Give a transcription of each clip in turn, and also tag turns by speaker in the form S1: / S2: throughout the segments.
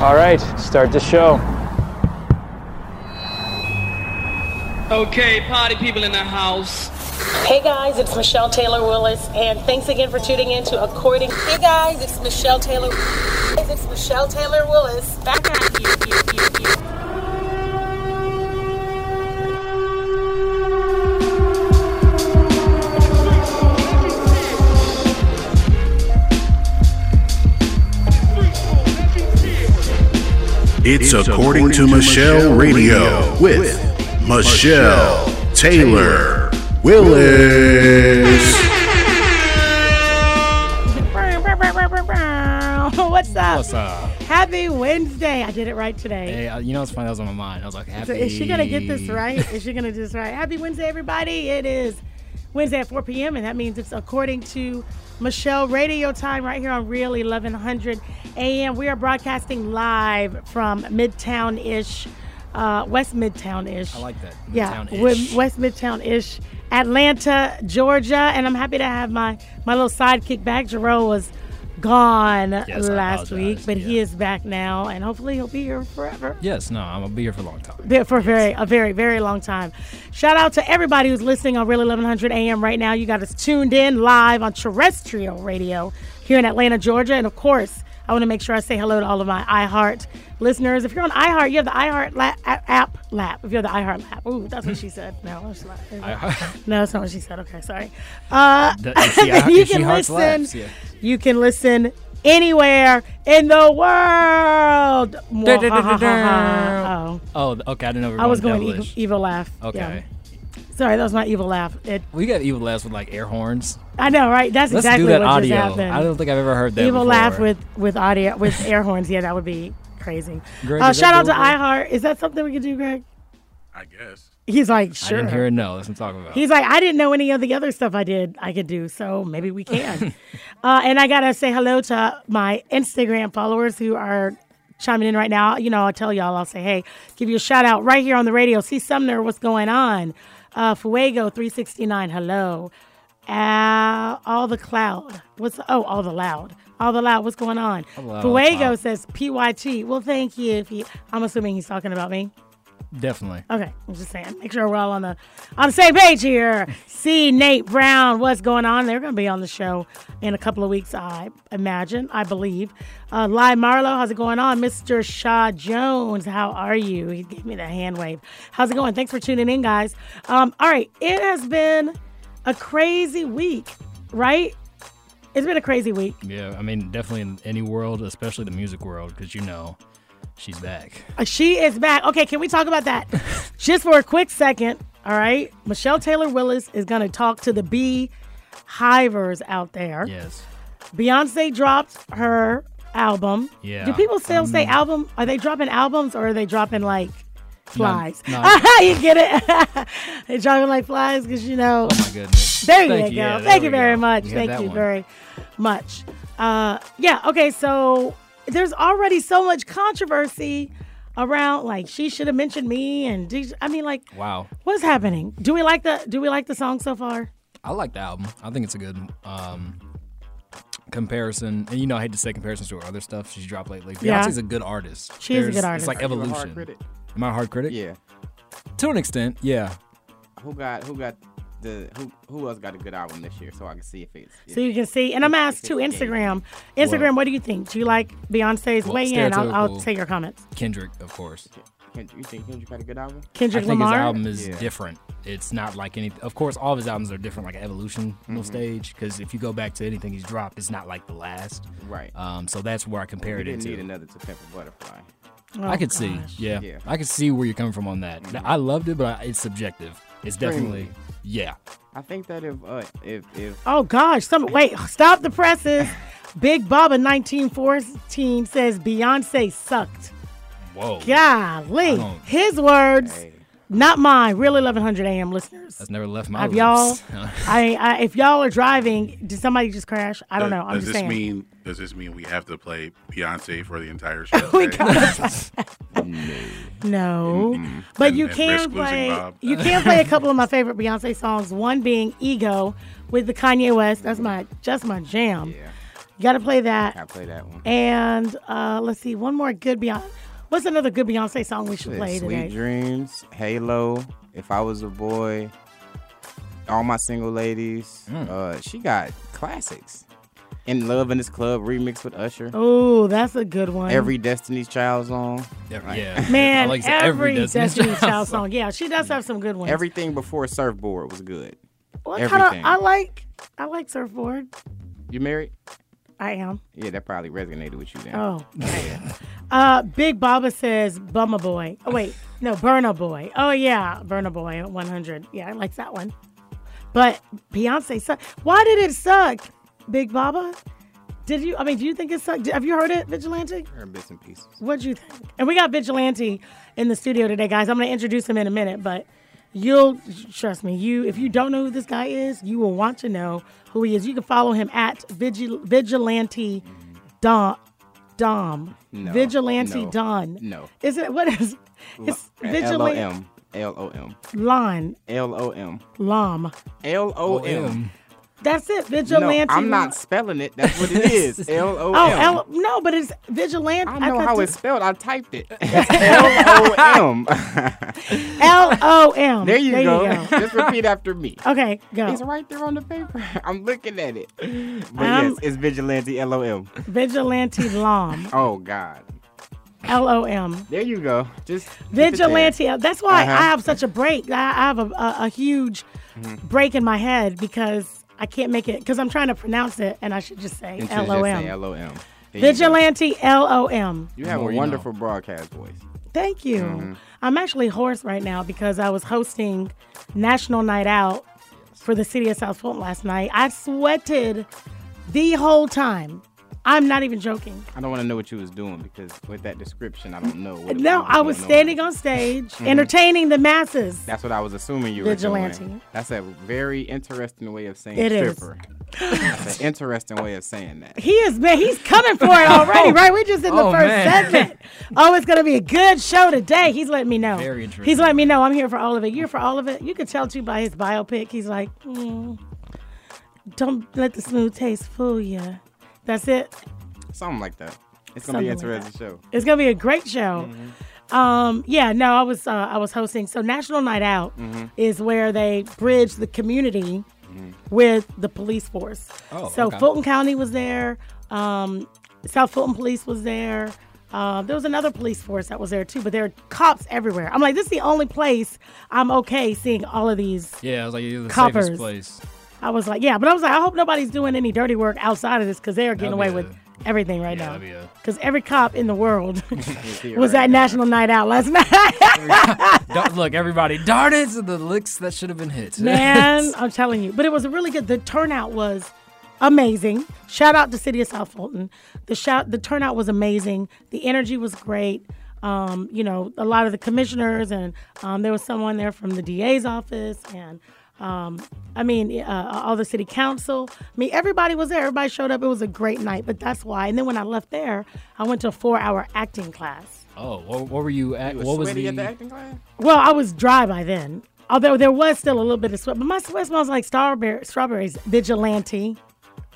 S1: All right, start the show.
S2: Okay, party people in the house.
S3: Hey guys, it's Michelle Taylor Willis, and thanks again for tuning in to According. Hey guys, it's Michelle Taylor. Guys, It's Michelle Taylor Willis. Back at you, you, you, you.
S4: It's according, to, Michelle, Radio, with Michelle Taylor Willis.
S5: What's up?
S6: What's up?
S5: Happy Wednesday. I did it right today.
S6: Hey, uh, you know what's funny? That was on my mind. I was like, happy.
S5: So is she going to get this right? Is she going to do this right? Happy Wednesday, everybody. It is Wednesday at 4 p.m., and that means it's according to Michelle radio time right here on Real 1100 a.m. We are broadcasting live from Midtown ish, uh, West Midtown ish.
S6: I like that.
S5: Yeah,
S6: Midtown-ish.
S5: Wed- West Midtown ish, Atlanta, Georgia, and I'm happy to have my my little sidekick back. Jerome was gone
S6: Yes, I
S5: last week,
S6: apologize.
S5: but he
S6: Yeah.
S5: is back now, and hopefully he'll be here forever.
S6: Yes, no, I'm gonna be here for a long time.
S5: Be- For a very a very very long time. Shout out to everybody who's listening on Real 1100 AM right now. You got us tuned in live on terrestrial radio here in Atlanta, Georgia, and of course, I want to make sure I say hello to all of my iHeart listeners. If you're on iHeart, you have the iHeart la- a- app lap. If you have the iHeart lap, ooh, that's what she said. No, it's not. no, that's not what she said. Okay, sorry. Uh,
S6: Th- if she-
S5: then
S6: if
S5: you
S6: she
S5: can
S6: hearts
S5: listen.
S6: laughs, yeah.
S5: You can listen anywhere in the world. Oh.
S6: Oh, th- okay. I didn't know. We were
S5: I was going
S6: going
S5: evil,
S6: devilish.
S5: evil laugh. yeah.
S6: Okay.
S5: Sorry, that was my evil laugh. It,
S6: We got evil laughs with like air horns.
S5: I know, right? That's
S6: Let's
S5: exactly
S6: do that
S5: what
S6: audio.
S5: just happened.
S6: I don't think I've ever heard that.
S5: evil
S6: before.
S5: laugh with with audio with air horns. Yeah, that would be crazy.
S6: Greg,
S5: uh,
S6: is that
S5: shout out to
S6: doable?
S5: iHeart. Is that something we could do, Greg?
S4: I guess.
S5: He's like,
S6: I
S5: sure.
S6: didn't hear it. No, that's what I'm talking about.
S5: He's like, I didn't know any of the other stuff I did I could do, so maybe we can. uh, and I gotta say hello to my Instagram followers who are chiming in right now. You know, I'll tell y'all, I'll say, hey, give you a shout out right here on the radio. See Sumner, what's going on? Uh, Fuego three sixty nine, hello. Uh, all the cloud. What's oh, all the loud. All the loud. What's going on?
S6: the Loud,
S5: Fuego
S6: wow.
S5: says PYT. Well, thank you. If he, I'm assuming he's talking about me.
S6: Definitely.
S5: Okay, I'm just saying. Make sure we're all on the on the same page here. See Nate Brown, what's going on? They're going to be on the show in a couple of weeks, I imagine. I believe. Uh, Lai Marlowe, how's it going on? Mr. Shaw Jones, how are you? He gave me the hand wave. How's it going? Thanks for tuning in, guys. Um, all right, it has been a crazy week, right? It's been a crazy week.
S6: Yeah. I mean, definitely in any world, especially the music world, because you know, she's back.
S5: Uh, She is back. Okay, can we talk about that just for a quick second? All right. Michelle Taylor Willis is going to talk to the bee hivers out there.
S6: Yes.
S5: Beyonce dropped her album.
S6: Yeah.
S5: Do people still say
S6: Um,
S5: album? Are they dropping albums or are they dropping like flies?
S6: no.
S5: you get it? they dropping like flies because, you know.
S6: Oh my goodness.
S5: There
S6: Thank
S5: you go.
S6: yeah, there
S5: Thank you
S6: we
S5: very
S6: go.
S5: much.
S6: We had
S5: Thank
S6: that
S5: you
S6: one.
S5: very much. Uh, yeah. Okay. So there's already so much controversy around. Like she should have mentioned me, and did- I mean, like,
S6: Wow.
S5: what's happening? Do we like the Do we like the song so far?
S6: I like the album. I think it's a good um, comparison. And you know, I hate to say comparisons to her other stuff she's dropped lately.
S5: Yeah.
S6: Beyonce's a good artist.
S5: She is a good
S6: It's
S5: artist.
S6: like
S7: Are you a hard
S6: evolution.
S7: critic?
S6: Am I a hard critic?
S7: Yeah.
S6: To an extent, yeah.
S7: Who got who got the who who else got a good album this year so I can see if it's
S5: So you can see, and I'm asked to
S7: It's good.
S5: Instagram. Instagram, what do you think? Do you like Beyonce's
S6: Well,
S5: way in? I'll, I'll
S6: stereotypical.
S5: say your comments.
S6: Kendrick, of course.
S7: Kendrick, you think Kendrick got a good album?
S6: I
S5: Kendrick
S6: think
S5: Lamar.
S6: his album is
S7: Yeah.
S6: different. It's not like any. Of course, all of his albums are different, like an evolution
S7: Mm-hmm.
S6: stage. Because if you go back to anything he's dropped, it's not like the last.
S7: Right.
S6: Um, so that's where I
S7: we
S6: compared it
S7: didn't need
S6: to.
S7: another to Pepper Butterfly.
S5: Oh,
S6: I could see,
S5: gosh.
S6: yeah.
S7: Yeah. Mm-hmm.
S6: I could see where you're coming from on that. I loved it, but I, it's subjective. It's definitely, yeah.
S7: I think that if uh, if if
S5: Oh gosh, some wait, stop the presses. Big Baba 1914 says Beyonce sucked.
S6: Whoa.
S5: Golly.
S6: don't-
S5: His words,
S7: hey,
S5: not mine. Real 1100 AM listeners.
S6: That's never left my
S5: Have
S6: lips.
S5: y'all, I, I, if y'all are driving, did somebody just crash? I don't know. I'm
S4: does
S5: just
S4: this
S5: saying.
S4: mean? Does this mean we have to play Beyonce for the entire show?
S5: We
S4: today?
S5: no, but you
S4: And- and
S5: can
S4: risk losing
S5: play.
S4: Bob.
S5: You can play a couple of my favorite Beyonce songs. One being "Ego" with the Kanye West. That's my just my jam.
S7: yeah.
S5: You got to play that.
S7: I play that one.
S5: And uh, let's see, one more good Beyonce. What's another good Beyonce song we should
S7: Shit,
S5: play
S7: Sweet
S5: today?
S7: Dreams, Halo, If I Was a Boy, All My Single Ladies. Uh, she got classics. In Love in This Club remix with Usher.
S5: Oh, that's a good one.
S7: Every Destiny's Child song.
S6: Every- yeah.
S5: man,
S6: I like to say
S5: every
S6: Destiny's
S5: Destiny's
S6: Child
S5: Child song. Yeah, she does have some good ones.
S7: Everything before Surfboard was good.
S5: what Kind
S7: everything.
S5: of, I like, I like surfboard.
S7: You married?
S5: I am.
S7: Yeah, that probably resonated with you then.
S5: Oh, uh, Big Baba says Bummer Boy. Oh wait, no, Burner Boy. Oh yeah, Burner Boy 100. Yeah, I like that one. But Beyonce suck. Why did it suck, Big Baba? Did you? I mean, do you think it sucked? Did- Have you heard it, Vigilante?
S7: Her bits and pieces.
S5: What'd you think? And we got Vigilante in the studio today, guys. I'm gonna introduce him in a minute, but you'll trust me. You, if you don't know who this guy is, you will want to know who he is. You can follow him at Vigil- Vigilante Dom. Dom.
S7: No,
S5: Vigilante
S7: no,
S5: Don.
S7: no.
S5: Is it what is? It's
S7: L O
S5: Vigilante
S7: M. L O M.
S5: Lon
S7: L O M.
S5: Lom.
S7: L O M.
S6: OM.
S5: That's it.
S7: No,
S5: Vigilante.
S7: I'm
S5: Lom.
S7: not spelling it. That's what it is. L O M.
S5: Oh, L- no, but it's Vigilante.
S7: I know
S5: thought
S7: how
S5: this-
S7: it's spelled. I typed it. L O M.
S5: L O M.
S7: There you go.
S5: You go. Oh,
S7: Just repeat after me.
S5: Okay, go.
S7: It's right there on the paper. I'm looking at it. But
S5: Um,
S7: yes, it's vigilante. L O M.
S5: Vigilante Lom.
S7: Oh God.
S5: L O M.
S7: There you go. Just keep it there.
S5: Vigilante. That's why I
S7: Uh-huh.
S5: have such a break. I, I have a, a, a huge
S7: Mm-hmm.
S5: break in my head because I can't make it because I'm trying to pronounce it and I should just say
S7: And should just
S5: L O
S7: say
S5: M.
S7: L O M. There you go.
S5: Vigilante L O M.
S7: You have
S6: More
S7: a
S6: you
S7: wonderful broadcast voice.
S5: Thank you.
S7: Mm-hmm.
S5: I'm actually hoarse right now because I was hosting National Night Out for the city of South Fulton last night. I sweated the whole time. I'm not even joking.
S7: I don't want to know what you was doing because with that description, I don't know. Mm-hmm. What
S5: No, I was standing on stage entertaining the masses.
S7: That's what I was assuming you were
S5: Vigilante.
S7: doing. That's a very interesting way of saying
S5: It is.
S7: stripper. That's an interesting way of saying that.
S5: He is man. He's coming for it already, right? We're just in the
S6: Oh,
S5: first
S6: man.
S5: segment. Oh, it's gonna be a good show today. He's letting me know.
S6: Very interesting.
S5: He's letting me know I'm here for all of it. You're for all of it. You could tell too by his biopic. He's like, mm, don't let the smooth taste fool you. That's it.
S7: Something like that. It's gonna be an
S5: Something like
S7: interesting show. Mm-hmm.
S5: It's gonna be a great show. Um, yeah, no, I was uh, I was hosting. So National Night Out
S7: Mm-hmm.
S5: is where they bridge the community
S7: Mm-hmm.
S5: with the police force.
S6: Oh,
S5: so
S6: okay.
S5: Fulton County was there. Um, South Fulton Police was there. Uh, there was another police force that was there too, but there are cops everywhere. I'm like, this is the only place I'm okay seeing all of these
S6: Yeah, I was like, you're the
S5: Coppers.
S6: safest place.
S5: I was like, yeah, but I was like, I hope nobody's doing any dirty work outside of this because they are getting
S6: That'd
S5: away
S6: be
S5: with everything right
S6: yeah,
S5: now.
S6: that'd be a-
S5: Because every cop in the world
S7: here
S5: was
S7: right
S5: at
S7: now.
S5: National Night Out last night.
S6: Dar- look, everybody, darn it, the licks that should have been hit.
S5: Man, I'm telling you. But it was a really good. The turnout was amazing. Shout out to City of South Fulton. The shout, the turnout was amazing. The energy was great. Um, you know, a lot of the commissioners and um, there was someone there from the DA's office and. Um, I mean, uh, all the city council. I mean, everybody was there. Everybody showed up. It was a great night, but that's why. And then when I left there, I went to a four-hour acting class.
S6: oh, what, what were you at?
S7: You was
S6: what was
S7: sweaty
S6: the?
S7: at the acting class?
S5: Well, I was dry by then. Although there was still a little bit of sweat, but my sweat smells like strawberry, strawberries. Vigilante.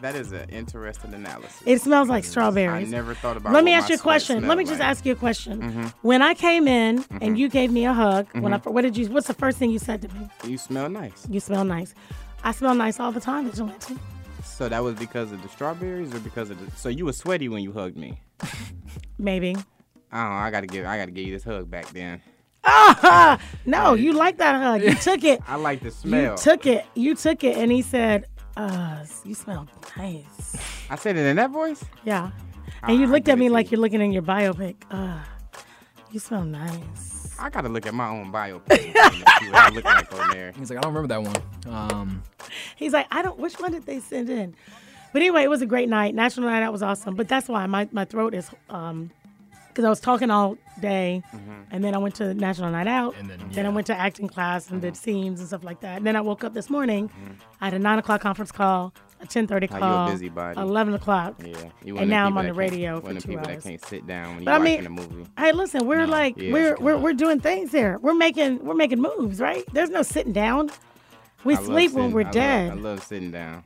S7: That is an interesting analysis.
S5: It smells like
S7: Mm, I
S5: strawberries.
S7: never thought about.
S5: Let
S7: what
S5: me
S7: my
S5: ask you a
S7: sweat
S5: question. Let
S7: smelled
S5: me just
S7: like. Mm-hmm.
S5: ask you a question. When I came in and you gave me a hug, when I fir- what did you? What's the first thing you said to me?
S7: You smell nice.
S5: You smell nice. I smell nice all the time, Vigilante.
S7: So that was because of the strawberries, or because of the? So you were sweaty when you hugged me.
S5: Maybe.
S7: Oh, I gotta give. I gotta give you this hug back then.
S5: No, you like that hug. You took it.
S7: I like the smell.
S5: You took it. You took it. And he said, "Uh, you smell nice."
S7: I said it in that voice.
S5: Yeah. And you
S7: I
S5: looked
S7: get
S5: at me
S7: it,
S5: like
S7: dude.
S5: you're looking in your biopic. Ugh, you smell nice.
S7: I gotta look at my own bio. and see what I look like on there.
S6: He's like, I don't remember that one. Um,
S5: He's like, I don't, which one did they send in? But anyway, it was a great night. National Night Out was awesome. But that's why my, my throat is, um, because I was talking all day,
S7: Mm-hmm.
S5: and then I went to National Night Out,
S6: And then-
S5: I
S6: yeah.
S5: went to acting class and
S7: Mm-hmm.
S5: did scenes and stuff like that. And then I woke up this morning, I had a nine o'clock conference call, a ten thirty
S7: you Mm-hmm. a
S5: call,
S7: busybody.
S5: eleven o'clock,
S7: Yeah. You one
S5: and
S7: of them
S5: now I'm
S7: people
S5: on
S7: that
S5: the
S7: can't-
S5: radio
S7: One
S5: for
S7: of
S5: two
S7: them people
S5: hours.
S7: that can't sit down when
S5: But I
S7: you're watching
S5: mean-
S7: a movie.
S5: Hey, listen, we're like
S7: yeah,
S5: we're
S7: come
S5: we're
S7: on.
S5: we're doing things here. We're making we're making moves, right? There's no sitting down. We
S7: I love
S5: sleep when
S7: sitting-
S5: we're
S7: I love-
S5: dead.
S7: I love sitting down.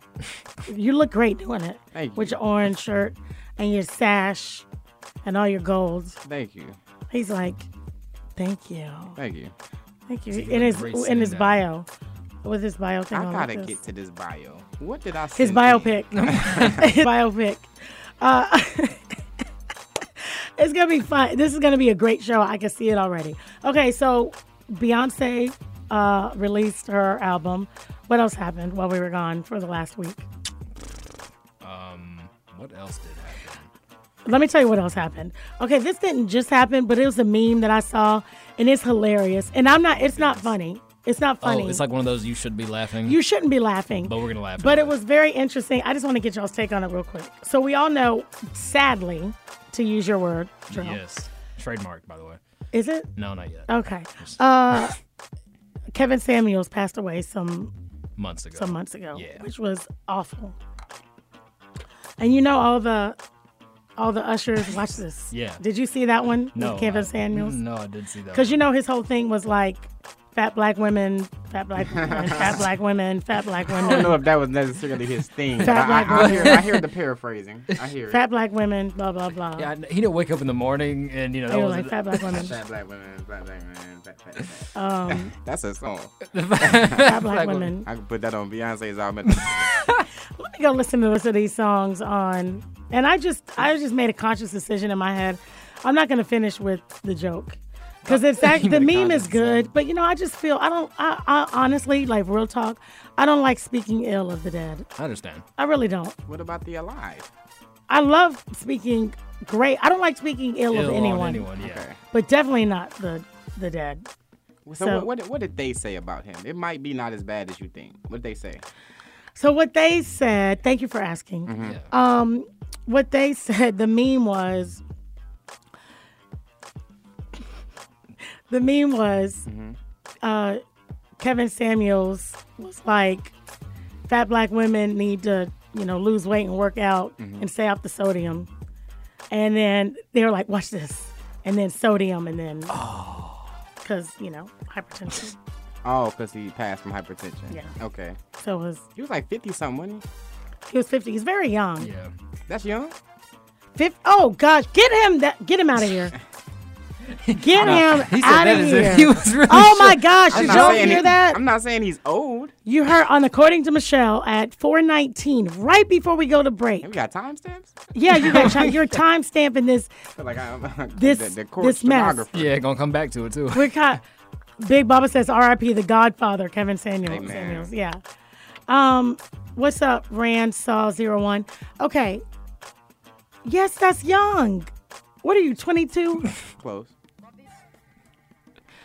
S5: You look great doing it.
S7: Thank
S5: With
S7: you.
S5: your orange shirt and your sash and all your golds.
S7: Thank you.
S5: He's like, thank you.
S7: Thank you.
S5: Thank you.
S6: See, you
S5: In
S6: look
S5: his
S6: great
S5: in
S6: sitting
S5: his
S6: down.
S5: bio. With his bio thing
S7: I
S5: on
S7: gotta
S5: like this.
S7: get to this bio. What did I say?
S5: His biopic. His biopic. Uh, it's gonna be fun. This is gonna be a great show. I can see it already. Okay, so Beyonce uh, released her album. What else happened while we were gone for the last week?
S6: What else did happen?
S5: Let me tell you what else happened. Okay, this didn't just happen, but it was a meme that I saw, and it's hilarious. And I'm not. It's not funny. It's not funny.
S6: Oh, it's like one of those you should be laughing.
S5: you shouldn't be laughing.
S6: but we're gonna laugh.
S5: But it
S6: anyway.
S5: was very interesting. I just want to get y'all's take on it real quick. So we all know, sadly, to use your word, Drill,
S6: yes, trademarked by the way.
S5: is it
S6: No, not yet.
S5: okay? Uh, Kevin Samuels passed away some
S6: months ago.
S5: some months ago,
S6: Yeah.
S5: which was awful. And you know all the all the ushers. Watch this.
S6: Yeah.
S5: Did you see that one? with
S6: No,
S5: Kevin
S6: I-
S5: Samuels.
S6: No, I did see that.
S5: Because you know his whole thing was like fat black women, fat black women, fat black women, fat black
S7: I
S6: Oh,
S7: don't
S5: women,
S7: know if that was necessarily his thing. but
S5: Fat
S7: I,
S5: black
S7: I, I, hear, I hear the paraphrasing. I hear it.
S5: fat black women, blah blah blah.
S6: Yeah, I kn- he didn't wake up in the morning, and you know
S5: They
S6: that
S5: were
S6: was
S5: like fat black women.
S7: Fat black women, fat black women, fat, fat, fat.
S5: Um,
S7: That's a song.
S5: fat black
S6: Black women.
S5: women.
S7: I can put that on Beyonce's album.
S5: I go listen to the rest of these songs on, and I just I just made a conscious decision in my head. I'm not gonna finish with the joke because it's act, the
S6: made a
S5: meme
S6: conscious
S5: is good, but you know I just feel I don't I, I honestly like real talk. I don't like speaking ill of the dead.
S6: I understand.
S5: I really don't.
S7: What about the alive?
S5: I love speaking great. I don't like speaking ill,
S6: Ill
S5: of
S6: on
S5: anyone,
S6: anyone, yeah.
S5: but definitely not the the dead.
S7: So,
S5: So-
S7: what, what, did- what did they say about him? It might be not as bad as you think. What did they say?
S5: So what they said, thank you for asking. Um, what they said, the meme was, the meme was, uh, Kevin Samuels was like, fat black women need to, you know, lose weight and work out and stay off the sodium. And then they were like, watch this. And then sodium, and then, because, you know, hypertension.
S7: Oh, because he passed from hypertension.
S5: Yeah.
S7: Okay.
S5: so it was,
S7: He was like 50 something, wasn't
S5: he was 50. He's very young.
S6: Yeah.
S7: he? That's young?
S5: Fif- oh gosh, get him that get him out of here. Get
S6: He
S5: him
S6: said
S5: out
S6: that
S5: of
S6: as
S5: here.
S6: if he was really.
S5: oh my
S6: sure.
S5: gosh, did y'all
S7: saying
S5: hear
S7: he-
S5: that?
S7: I'm not saying he's old.
S5: You heard on according to Michelle at 419, right before we go to break.
S7: And we got timestamps?
S5: Yeah, you got your- your time stamping this.
S7: I feel like I'm
S5: This-
S7: the, the court
S5: this mess.
S7: stenographer.
S6: Yeah, gonna come back to it too.
S5: We're caught. Big Baba says R.I.P. the Godfather, Kevin Samuels.
S7: Amen.
S5: Samuels, Yeah. Um, what's up, Rand Saw Zero One? Okay. Yes, that's young. What are you, 22?
S7: Close.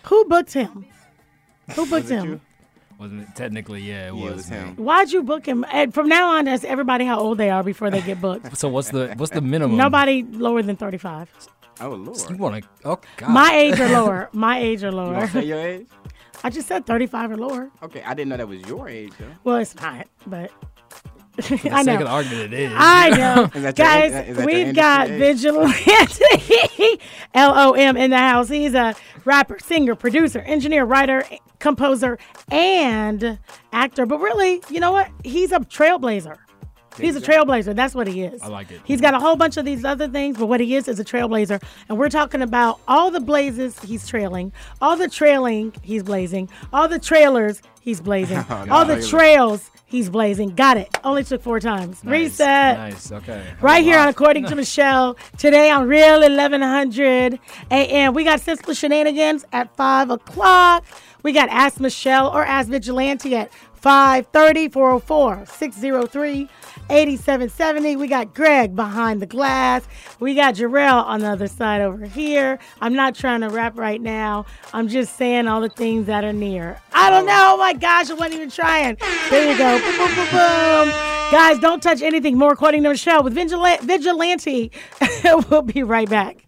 S5: Who booked him? Who booked
S7: Is it
S5: him?
S7: you?
S6: Wasn't it technically? Yeah, it
S7: Yeah,
S6: was.
S7: it was him.
S5: Why'd you book him? And from now on, ask everybody how old they are before they get booked.
S6: So what's the what's the minimum?
S5: Nobody lower than 35.
S7: Oh,
S6: You
S7: Lord.
S6: want to? Oh God.
S5: My age or lower. My age or
S7: Uh, You want
S5: lower.
S7: to say your age?
S5: I just said 35 or lower.
S7: Okay, I didn't know that was your age, though.
S5: Well, it's not, but
S6: For the
S5: I
S6: sake
S5: know.
S6: of the argument, it is.
S5: I know.
S7: Is that your-
S5: Guys,
S7: is that- is that your
S5: we've
S7: industry
S5: got
S7: age?
S5: Vigilante L O M in the house. He's a rapper, singer, producer, engineer, writer, composer, and actor. But really, you know what? He's a trailblazer. He's a trailblazer. That's what he is.
S6: I like it.
S5: He's got a whole bunch of these other things, but what he is is a trailblazer. And we're talking about all the blazes he's trailing, all the trailing he's blazing, all the trailers he's blazing,
S7: Oh,
S5: all the
S7: Trailers.
S5: trails he's blazing. Got it. Only took four times.
S6: Nice,
S5: Reset.
S6: Nice. Okay.
S5: Right here on According to Michelle, today on Real 1100 AM. We got Sensible Shenanigans at 5 o'clock. We got Ask Michelle or Ask Vigilante at 530 404 603 8770. We got Greg behind the glass. We got Jarrell on the other side over here. I'm not trying to rap right now. I'm just saying all the things that are near. I don't know. Oh my gosh, I wasn't even trying. There you go. Boom, boom, boom, boom. Guys, don't touch anything. More according to Michelle with Vigila- Vigilante. we'll be right back.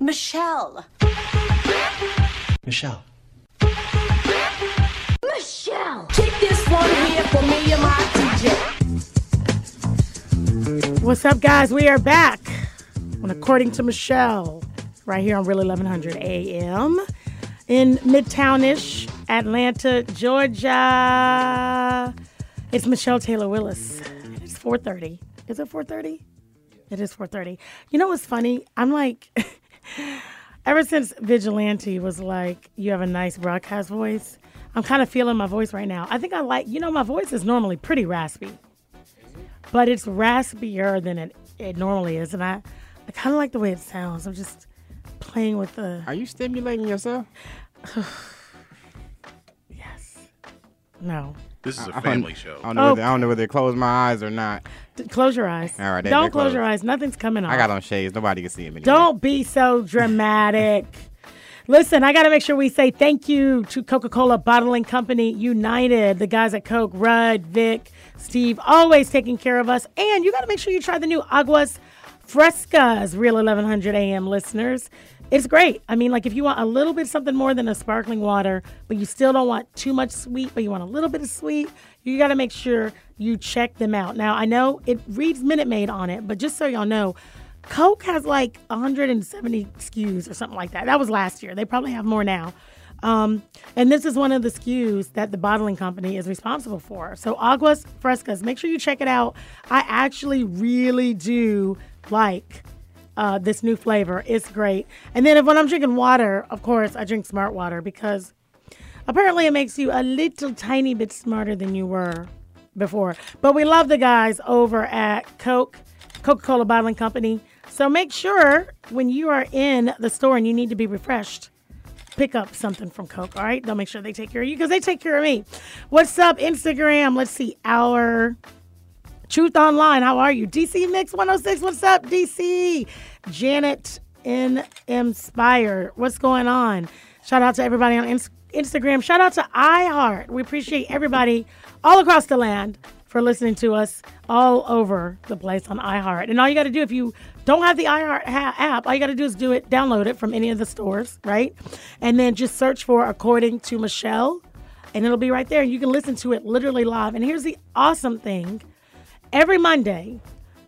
S1: Michelle.
S8: Michelle.
S1: Michelle. Keep this one here for me and my DJ.
S5: What's up, guys? We are back. And according to Michelle, right here on Real 1100 AM in Midtownish, Atlanta, Georgia. It's Michelle Taylor Willis. It's 4:30. Is it 4:30? It is 4:30. You know what's funny? I'm like ever since Vigilante was like you have a nice broadcast voice. I'm kind of feeling my voice right now. I think I like, you know, my voice is normally pretty raspy but it's raspier than it, it normally is. And I, I kind of like the way it sounds. I'm just playing with the.
S7: Are you stimulating yourself?
S5: No.
S4: This is a
S7: I don't-
S4: family show.
S7: I don't, know
S5: Oh.
S7: whether, I don't know whether to close my eyes or not.
S5: D- close your eyes.
S7: All right, they-
S5: Don't
S7: they're
S5: close
S7: closed.
S5: your eyes. Nothing's coming off.
S7: I got on shades. Nobody can see him anymore.
S5: Don't be so dramatic. Listen, I got to make sure we say thank you to Coca Cola Bottling Company United, the guys at Coke, Rudd, Vic, Steve, always taking care of us. And you got to make sure you try the new Aguas Frescas, Real 1100 AM listeners. It's great. I mean, like if you want a little bit something more than a sparkling water, but you still don't want too much sweet, but you want a little bit of sweet, you got to make sure you check them out. Now, I know it reads Minute Maid on it, but just so y'all know, Coke has like 170 SKUs or something like that. That was last year. They probably have more now. Um, and this is one of the SKUs that the bottling company is responsible for. So Aguas Frescas, make sure you check it out. I actually really do like uh, this new flavor. It's great. And then if, when I'm drinking water, of course, I drink smart water because apparently it makes you a little tiny bit smarter than you were before. But we love the guys over at Coke, Coca Cola Bottling Company. So make sure when you are in the store and you need to be refreshed, pick up something from Coke, all right? They'll make sure they take care of you because they take care of me. What's up, Instagram? Let's see. Our Truth Online, how are you? DC Mix 106, what's up, DC? Janet in Inspire, what's going on? Shout out to everybody on Ins- Instagram. Shout out to iHeart. We appreciate everybody all across the land for listening to us all over the place on iHeart. And all you got to do if you don't have the iHeart ha- app, all you got to do is do it, download it from any of the stores, right? And then just search for According to Michelle, and it'll be right there. You can listen to it literally live. And here's the awesome thing every Monday,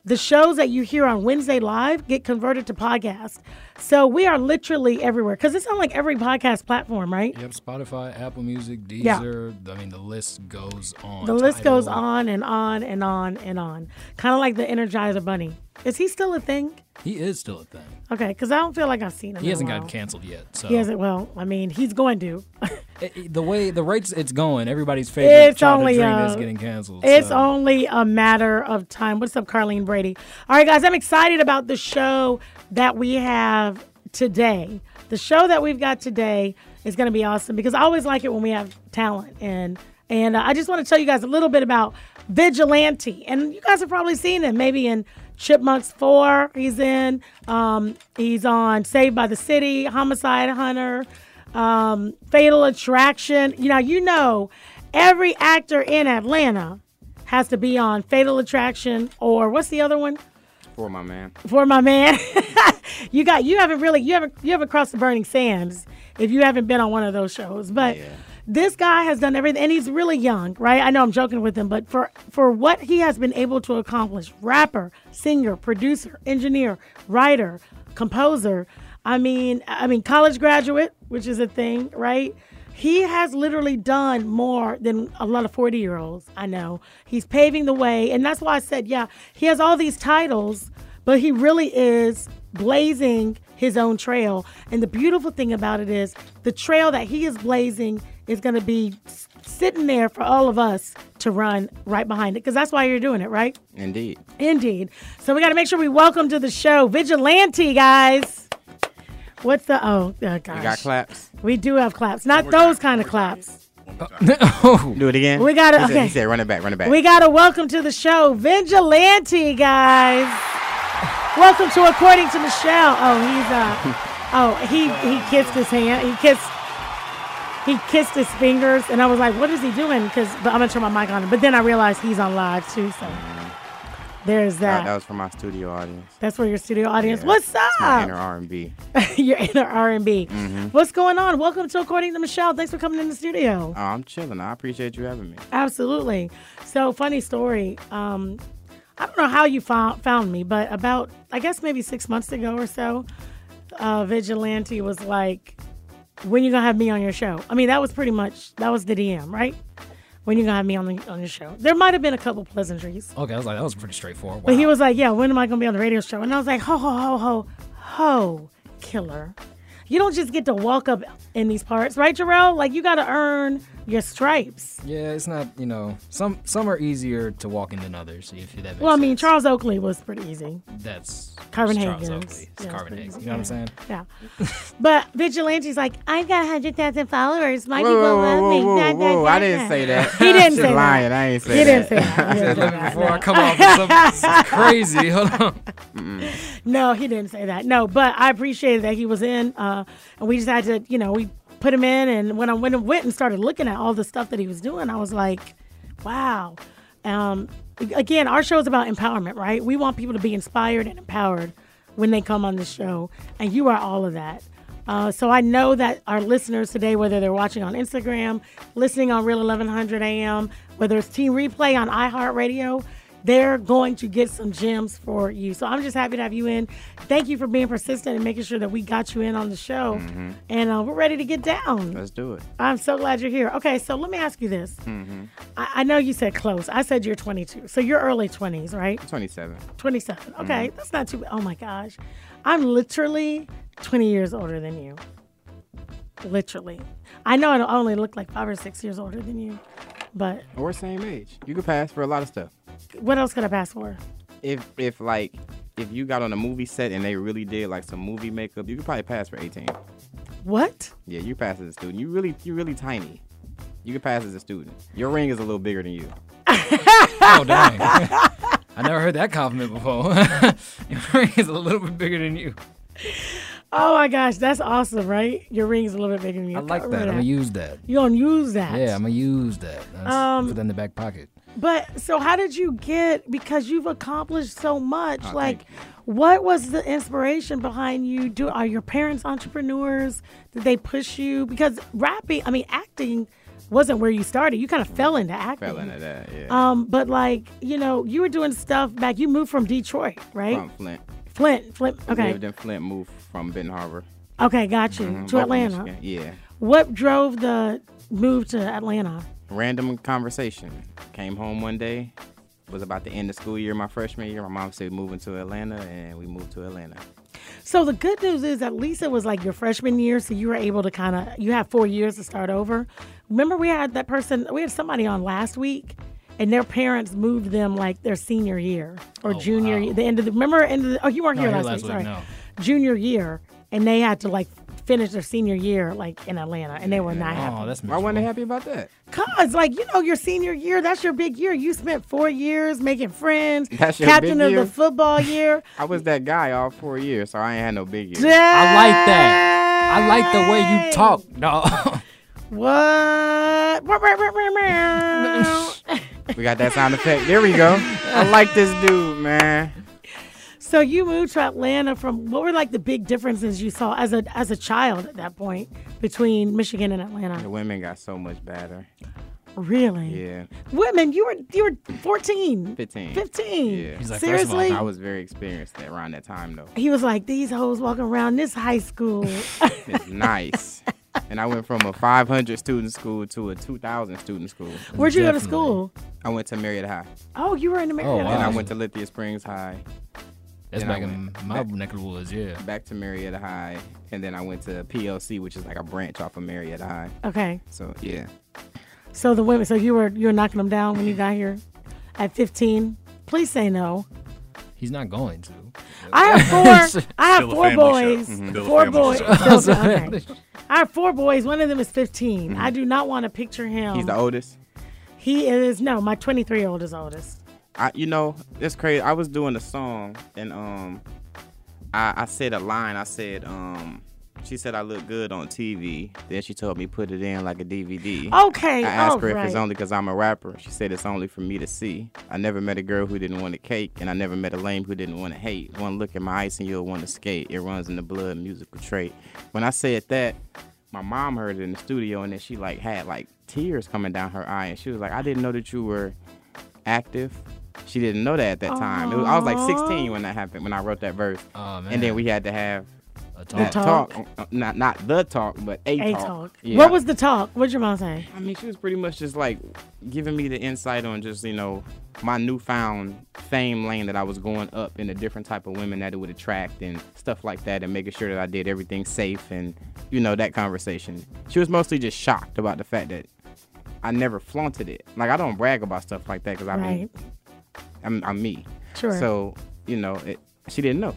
S5: the shows that you hear on Wednesday live get converted to podcast. So we are literally everywhere because it's on like every podcast platform, right?
S6: Yep, Spotify, Apple Music,
S5: Yeah.
S6: Deezer. I mean, the list goes on.
S5: The list
S6: Tidal.
S5: goes on and on and on and on. Kind of like the Energizer Bunny. Is he still a thing?
S6: He is still a thing.
S5: Okay, because I don't feel like I've seen him.
S6: He hasn't
S5: in a while.
S6: gotten canceled yet. So
S5: He hasn't. Well, I mean, he's going to.
S6: It- it- the way the rates it's going, everybody's favorite
S5: It's
S6: childhood
S5: only,
S6: dream
S5: uh,
S6: is getting canceled.
S5: It's
S6: so.
S5: only a matter of time. What's up, Carlene Brady? All right, guys, I'm excited about the show that we have today. The show that we've got today is going to be awesome because I always like it when we have talent and and uh, I just want to tell you guys a little bit about Vigilante, and you guys have probably seen him maybe in Chipmunks Four. He's in. Um, he's on Saved by the City, Homicide Hunter um, Fatal Attraction. You know, you know, every actor in Atlanta has to be on Fatal Attraction or what's the other one
S7: For my man.
S5: for my man? you got you haven't really you haven't you haven't crossed the burning sands if you haven't been on one of those shows, but. This guy has done everything, and he's really young, right? I know I'm joking with him, but for for what he has been able to accomplish, rapper, singer, producer, engineer, writer, composer. I mean, I mean, college graduate, which is a thing, right? He has literally done more than a lot of 40 year olds. I know. He's paving the way. And that's why I said, yeah, he has all these titles, but he really is blazing his own trail. And the beautiful thing about it is the trail that he is blazing is going to be s- sitting there for all of us to run right behind it. Because that's why you're doing it, right?
S7: Indeed.
S5: Indeed. So we got to make sure we welcome to the show Vigilante, guys. What's the oh, oh
S7: You got
S5: gosh?
S7: claps.
S5: we do have claps, not those kind of claps.
S7: Do it again.
S5: We gotta-
S7: He said,
S5: okay.
S7: he said run it back, run it back.
S5: We got to welcome to the show Vigilante, guys. welcome to According to Michelle. Oh, he's uh, oh he he kissed his hand. He kissed. He kissed his fingers, and I was like, "What is he doing?" Because, but I'm gonna turn my mic on. But then I realized he's on live too, so there's
S7: that,
S5: that.
S7: Uh, that was for my studio audience.
S5: That's where your studio audience.
S7: Yeah,
S5: What's
S7: It's my
S5: up?
S7: inner Mm-hmm. R&B.
S5: your inner R&B. What's going on? Welcome to According to Michelle. Thanks for coming in the studio.
S7: Oh, I'm chilling. I appreciate you having me.
S5: Absolutely. So funny story. Um, I don't know how you found found me, but about I guess maybe six months ago or so, uh, Vigilante was like, "When you gonna have me on your show?" I mean, that was pretty much that was the DM, right? When you gonna have me on the on your show? There might have been a couple pleasantries,
S6: Okay, I was like, that was pretty straightforward.
S5: but he
S6: Wow.
S5: was like, "Yeah, when am I gonna be on the radio show?" And I was like, "Ho ho ho ho ho, killer! You don't just get to walk up in these parts, right, Jarrell? Like you gotta earn your stripes."
S6: yeah, it's not you know some some are easier to walk in than others. If that makes
S5: Well, I mean,
S6: sense.
S5: Charles Oakley was pretty easy.
S6: that's
S5: Carvin
S6: it's Charles
S5: Hagen's.
S6: Oakley. It's
S5: Yeah,
S6: Carvin
S5: it's
S6: Hagen. You know what I'm saying?
S5: Yeah. but Vigilante's like, I've got 100,000 followers. My
S7: Whoa,
S5: people
S7: whoa,
S5: love
S7: whoa,
S5: me.
S7: whoa,
S5: Da,
S7: whoa,
S5: da,
S7: whoa.
S5: da,
S7: I didn't
S5: da.
S7: say that.
S5: He didn't
S7: She's
S5: say
S7: lying.
S5: that.
S7: I ain't say
S5: He didn't
S7: that.
S5: say that. He didn't say that.
S6: Before I come off with something it's crazy, hold on.
S5: No, he didn't say that. No, but I appreciated that he was in, uh, and we just had to, you know, we put him in, and when I went and went and started looking at all the stuff that he was doing, I was like, wow. Um, again, our show is about empowerment, right? We want people to be inspired and empowered when they come on the show, and you are all of that. Uh, so I know that our listeners today, whether they're watching on Instagram, listening on Real 1100 AM, whether it's Team Replay on iHeartRadio, they're going to get some gems for you. So I'm just happy to have you in. Thank you for being persistent and making sure that we got you in on the show. And uh, we're ready to get down.
S7: Let's do it.
S5: I'm so glad you're here. Okay, so let me ask you this.
S6: Mm-hmm.
S5: I, I know you said close. I said you're 22. So you're early 20s, right?
S7: 27.
S5: 27. Okay,
S6: Mm-hmm.
S5: that's not too. Oh my gosh, I'm literally 20 years older than you. Literally, I know I don't- I only look like five or six years older than you, but
S7: We're same age. You could pass for a lot of stuff.
S5: what else could I pass for?
S7: If if like if you got on a movie set and they really did like some movie makeup, you could probably pass for 18.
S5: What?
S7: Yeah, you pass as a student. You really you really tiny. You could pass as a student. Your ring is a little bigger than you.
S6: Oh dang. I never heard that compliment before. Your ring is a little bit bigger than you.
S5: Oh my gosh, that's awesome, right? Your ring's a little bit bigger than you.
S6: I like that. I'm gonna use that.
S5: You don't use that.
S6: Yeah, I'm gonna use that. That's,
S5: Um,
S6: put that in the back pocket.
S5: But so, how did you get? Because you've accomplished so much.
S7: Ah, thank
S5: like,
S7: you.
S5: what was the inspiration behind you? Do are your parents entrepreneurs? Did they push you? Because rapping, I mean, acting wasn't where you started. You kind of fell into acting.
S7: Fell into that. Yeah.
S5: Um, but like, you know, you were doing stuff back. You moved from Detroit, right?
S7: From Flint.
S5: Flint, Flint. Okay,
S7: Lived in Mm-hmm. Flint. Moved from Benton Harbor.
S5: okay, got you to
S7: Local
S5: Atlanta.
S7: Michigan. Yeah.
S5: What drove the move to Atlanta?
S7: Random conversation. Came home one day. Was about to end the school year, my freshman year. My mom said moving to Atlanta, and we moved to Atlanta.
S5: So the good news is that Lisa was like your freshman year, so you were able to kind of you have four years to start over. Remember, we had that person, we had somebody on last week, and their parents moved them like their senior year or junior, year, the end of the. Remember, end of the, oh, you weren't
S6: Oh, No,
S5: here
S6: here
S5: last, week,
S6: last week,
S5: sorry.
S6: no.
S5: Junior year, and they had to like finish their senior year like in Atlanta, and they were not
S6: Oh,
S5: happy.
S6: that's
S7: Why weren't
S6: miserable.
S7: they happy about that?
S5: Cause like you know your senior year, that's your big year. You spent four years making friends,
S7: That's your
S5: captain
S7: big
S5: of
S7: year?
S5: the football year.
S7: I was that guy all four years, so I ain't had no big year.
S6: I like that. I like the way you
S5: Dang.
S6: talk. No.
S5: What? Meow, meow, meow, meow, meow.
S7: We got that sound effect. There we go. I like this dude, man.
S5: so you moved to Atlanta from what were like the big differences you saw as a as a child at that point between Michigan and
S7: The
S5: Atlanta?
S7: women got so much better.
S5: Really?
S7: Yeah,
S5: Women, you were you were 14,
S7: 15.
S5: 15.
S7: Yeah.
S6: He's like, first of all,
S5: Seriously?
S7: I was very experienced at- around that time, though.
S5: he was like, these hoes walking around this high school.
S7: It's nice. and I went from a 500 student school to a 2,000 student school.
S5: Where'd you go to
S6: Definitely.
S5: school?
S7: I went to Marriott High,
S5: Oh, you were in America.
S6: Oh,
S7: and I
S6: wow.
S7: went to Lithia Springs High,
S6: That's
S7: And I
S6: back in my neck of the woods, yeah.
S7: back to Marietta High, and then I went to PLC, which is like a branch off of Marietta High.
S5: Okay.
S7: So yeah,
S5: So the women, so you were you were knocking them down when you got here at 15. Please say no.
S6: He's not going to.
S5: I have four. I have
S4: Still a
S5: four
S4: family show.
S5: boys.
S7: Mm-hmm.
S4: Mhm. Still a
S5: Four
S4: family
S5: boys.
S6: Also,
S5: Okay. I have four boys. One of them is 15. I do not want to picture him.
S7: Mm-hmm. he's the oldest.
S5: He is no. My 23 year old is oldest.
S7: I, you know, it's crazy. I was doing a song and um, I, I said a line. I said um, she said I look good on TV. Then she told me put it in like a DVD.
S5: Okay.
S7: I asked her if
S5: alright.
S7: it's only because I'm a rapper. She said it's only for me to see. I never met a girl who didn't want to cake, and I never met a lame who didn't want to hate. One look at my ice and you'll want to skate. It runs in the blood, musical trait. When I said that, my mom heard it in the studio, and then she like had like tears coming down her eye, and she was like, "I didn't know that you were active She didn't know that at that time. It was, I was like 16 when that happened, when I wrote that verse.
S6: Oh, man.
S7: and then we had to have
S6: A
S7: that
S5: talk.
S6: talk.
S7: talk. Uh, Not not the talk, but a,
S5: A
S7: talk.
S5: talk.
S7: Yeah.
S5: What was the talk? What'd your mom say?
S7: I mean, she was pretty much just like giving me the insight on just, you know, my newfound fame lane that I was going up and the different type of women that it would attract and stuff like that and making sure that I did everything safe and, you know, that conversation. She was mostly just shocked about the fact that I never flaunted it. Like, I don't brag about stuff like that because I mean,
S5: Right.
S7: I'm, I'm me.
S5: Sure.
S7: So, you know, it, she didn't know.